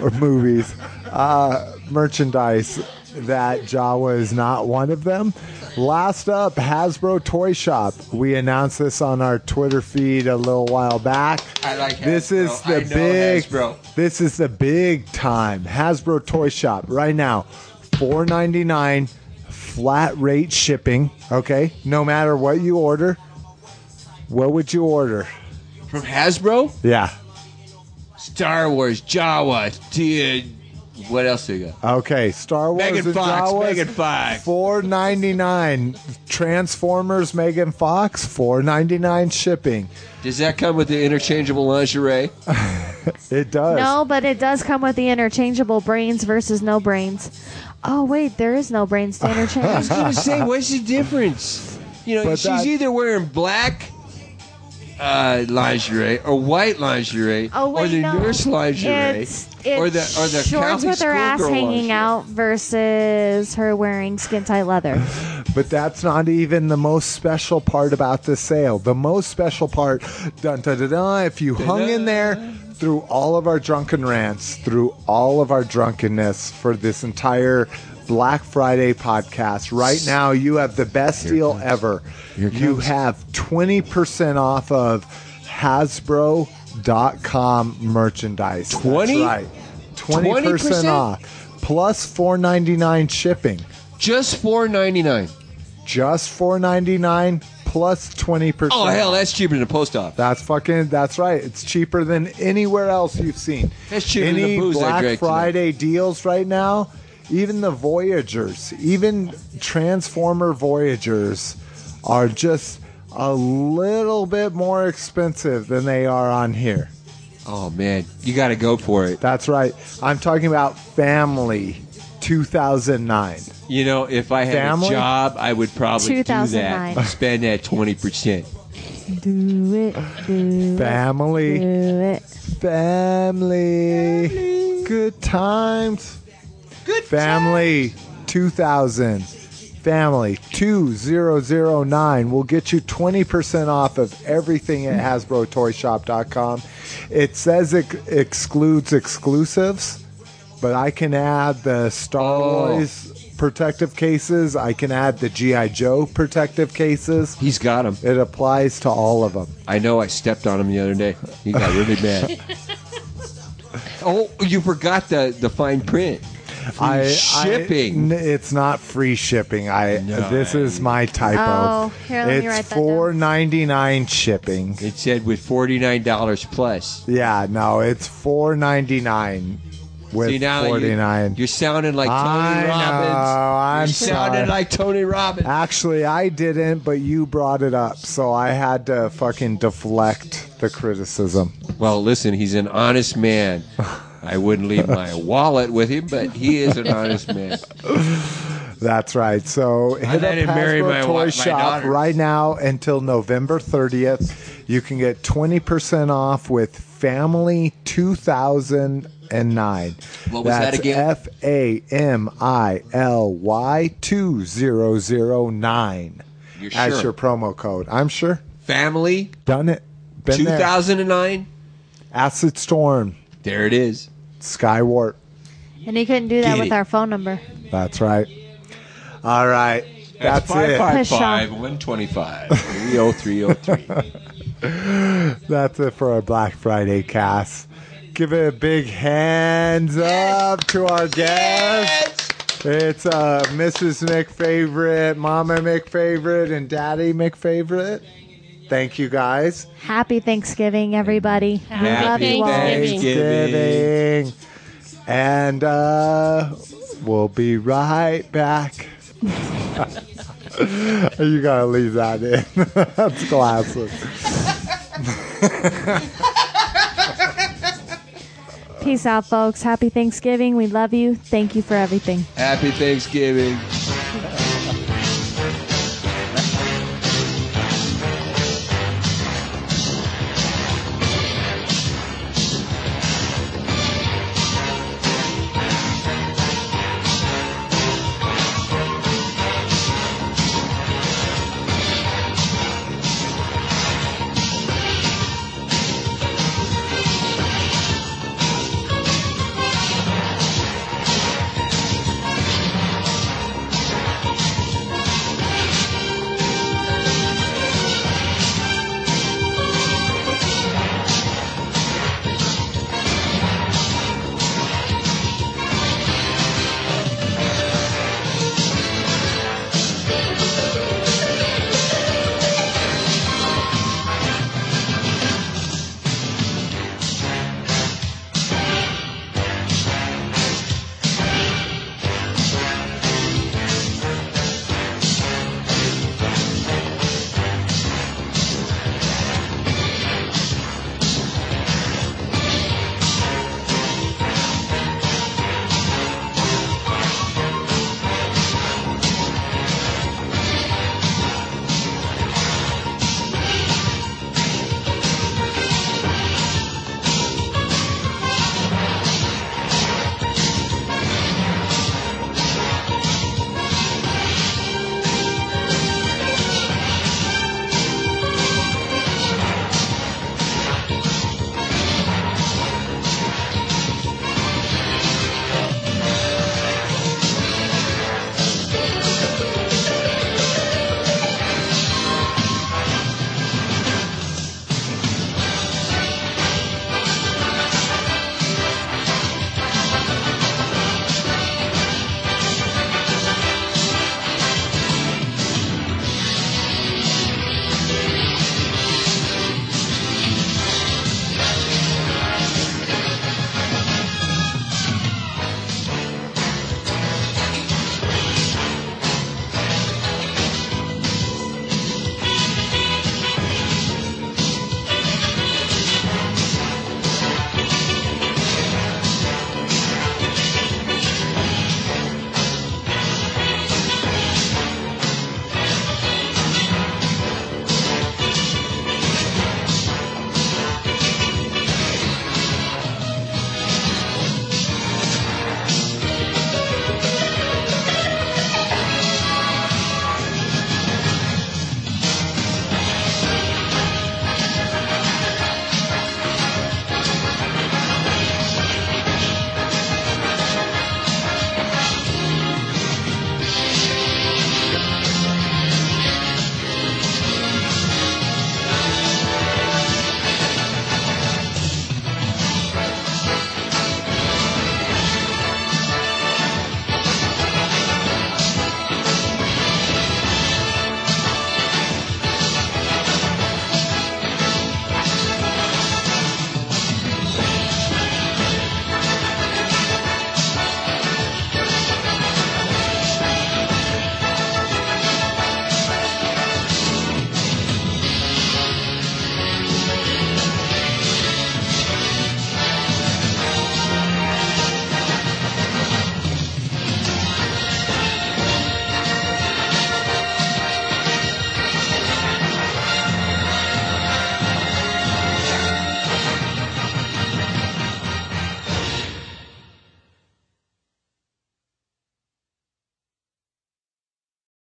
Speaker 3: or movies, uh, merchandise. That Jawa is not one of them. Last up, Hasbro Toy Shop. We announced this on our Twitter feed a little while back.
Speaker 6: I like
Speaker 3: This
Speaker 6: Hasbro.
Speaker 3: is
Speaker 6: I
Speaker 3: the
Speaker 6: know
Speaker 3: big.
Speaker 6: Hasbro.
Speaker 3: This is the big time Hasbro Toy Shop right now, four ninety nine, flat rate shipping. Okay, no matter what you order, what would you order?
Speaker 6: From Hasbro?
Speaker 3: Yeah.
Speaker 6: Star Wars, Jawa, Tia. What else they got?
Speaker 3: Okay, Star Wars
Speaker 6: Megan
Speaker 3: and
Speaker 6: Fox,
Speaker 3: Jawas,
Speaker 6: Megan Fox.
Speaker 3: four ninety nine. Transformers, Megan Fox, four ninety nine shipping.
Speaker 6: Does that come with the interchangeable lingerie?
Speaker 3: It does.
Speaker 4: No, but it does come with the interchangeable brains versus no brains. Oh wait, there is no brains to
Speaker 6: I
Speaker 4: interchange.
Speaker 6: was gonna say, what's the difference? You know,
Speaker 3: But
Speaker 6: she's
Speaker 3: that-
Speaker 6: either wearing black uh, lingerie or white lingerie
Speaker 4: Oh wait,
Speaker 6: or the
Speaker 4: no.
Speaker 6: nurse lingerie
Speaker 4: It's, it's
Speaker 6: or the or the
Speaker 4: shorts
Speaker 6: Catholic
Speaker 4: with her ass
Speaker 6: schoolgirl
Speaker 4: hanging
Speaker 6: lingerie.
Speaker 4: out versus her wearing skin tight leather.
Speaker 3: But that's not even the most special part about this sale. The most special part, dun, dun, dun, dun, if you hung in there through all of our drunken rants, through all of our drunkenness for this entire Black Friday podcast, right now you have the best deal ever.
Speaker 6: Here it
Speaker 3: You
Speaker 6: comes.
Speaker 3: have 20% off of Hasbro.com merchandise. That's
Speaker 6: 20?
Speaker 3: right. 20%
Speaker 6: 20%?
Speaker 3: off. Plus 4.99 shipping
Speaker 6: Just four ninety nine.
Speaker 3: just four ninety nine plus twenty percent.
Speaker 6: Oh hell, that's cheaper than a post op.
Speaker 3: that's fucking that's right. It's cheaper than anywhere else you've seen.
Speaker 6: That's cheaper than
Speaker 3: Any
Speaker 6: the booze I
Speaker 3: Black
Speaker 6: drank tonight.
Speaker 3: Friday deals right now, even the Voyagers, even Transformer Voyagers, are just a little bit more expensive than they are on here.
Speaker 6: Oh man, you got to go for it.
Speaker 3: That's right. I'm talking about Family 2009.
Speaker 6: You know, if I had
Speaker 3: Family?
Speaker 6: a job, I would probably do that.
Speaker 4: 2009.
Speaker 6: Spend that twenty percent.
Speaker 4: Do it, do it, do
Speaker 3: Family.
Speaker 4: it.
Speaker 3: Family. Good times. Good Family 2000. Family 2009 will get you 20% off of everything at HasbroToyShop.com. It says it excludes exclusives, but I can add the Star
Speaker 6: Oh.
Speaker 3: Wars protective cases. I can add the G.I. Joe protective cases.
Speaker 6: He's got him.
Speaker 3: It applies to all of them.
Speaker 6: I know. I stepped on him the other day. He got really mad. oh, you forgot the the fine print. Free
Speaker 3: I- I-
Speaker 6: shipping.
Speaker 3: n- it's not free shipping. I
Speaker 6: No.
Speaker 3: this is my typo.
Speaker 4: Oh, here, let me
Speaker 3: it's
Speaker 4: write that down.
Speaker 3: four ninety nine shipping.
Speaker 6: it said with forty nine dollars plus.
Speaker 3: Yeah, no, it's four ninety nine with
Speaker 6: See, now you-
Speaker 3: forty nine.
Speaker 6: You're sounding like Tony
Speaker 3: I know,
Speaker 6: Robbins.
Speaker 3: I'm
Speaker 6: you're sounding
Speaker 3: sorry. Ah.
Speaker 6: like Tony Robbins.
Speaker 3: Actually, I didn't, but you brought it up, so I had to fucking deflect the criticism.
Speaker 6: Well, listen, he's an honest man. I wouldn't leave my wallet with him, but he is an honest man.
Speaker 3: That's right. So hit up
Speaker 6: let him marry
Speaker 3: Hasbro
Speaker 6: my
Speaker 3: Toy
Speaker 6: wa- my
Speaker 3: Shop
Speaker 6: daughter.
Speaker 3: right now until November 30th. You can get 20% off with Family 2009.
Speaker 6: What was that
Speaker 3: That's
Speaker 6: again?
Speaker 3: F A M I L Y 2009
Speaker 6: You're
Speaker 3: as
Speaker 6: sure?
Speaker 3: your promo code. I'm sure.
Speaker 6: Family,
Speaker 3: Done it. Been there.
Speaker 6: 2009.
Speaker 3: Acid Storm,
Speaker 6: There it is.
Speaker 3: Skywarp.
Speaker 4: And he couldn't do that
Speaker 6: Get
Speaker 4: with
Speaker 6: it.
Speaker 4: our phone number.
Speaker 3: That's right. All right. That's, it.
Speaker 6: 555 125 30303.
Speaker 3: That's it for our Black Friday cast. Give it a big hands up to our guests. It's uh, Mrs. McFavorite, Mama McFavorite, and Daddy McFavorite. Thank you guys.
Speaker 4: Happy Thanksgiving, everybody. We
Speaker 5: Happy
Speaker 4: love you all.
Speaker 5: Thanksgiving.
Speaker 3: Thanksgiving. And uh, we'll be right back. you gotta leave that in. That's classic.
Speaker 4: Peace out, folks. Happy Thanksgiving. We love you. Thank you for everything.
Speaker 6: Happy Thanksgiving.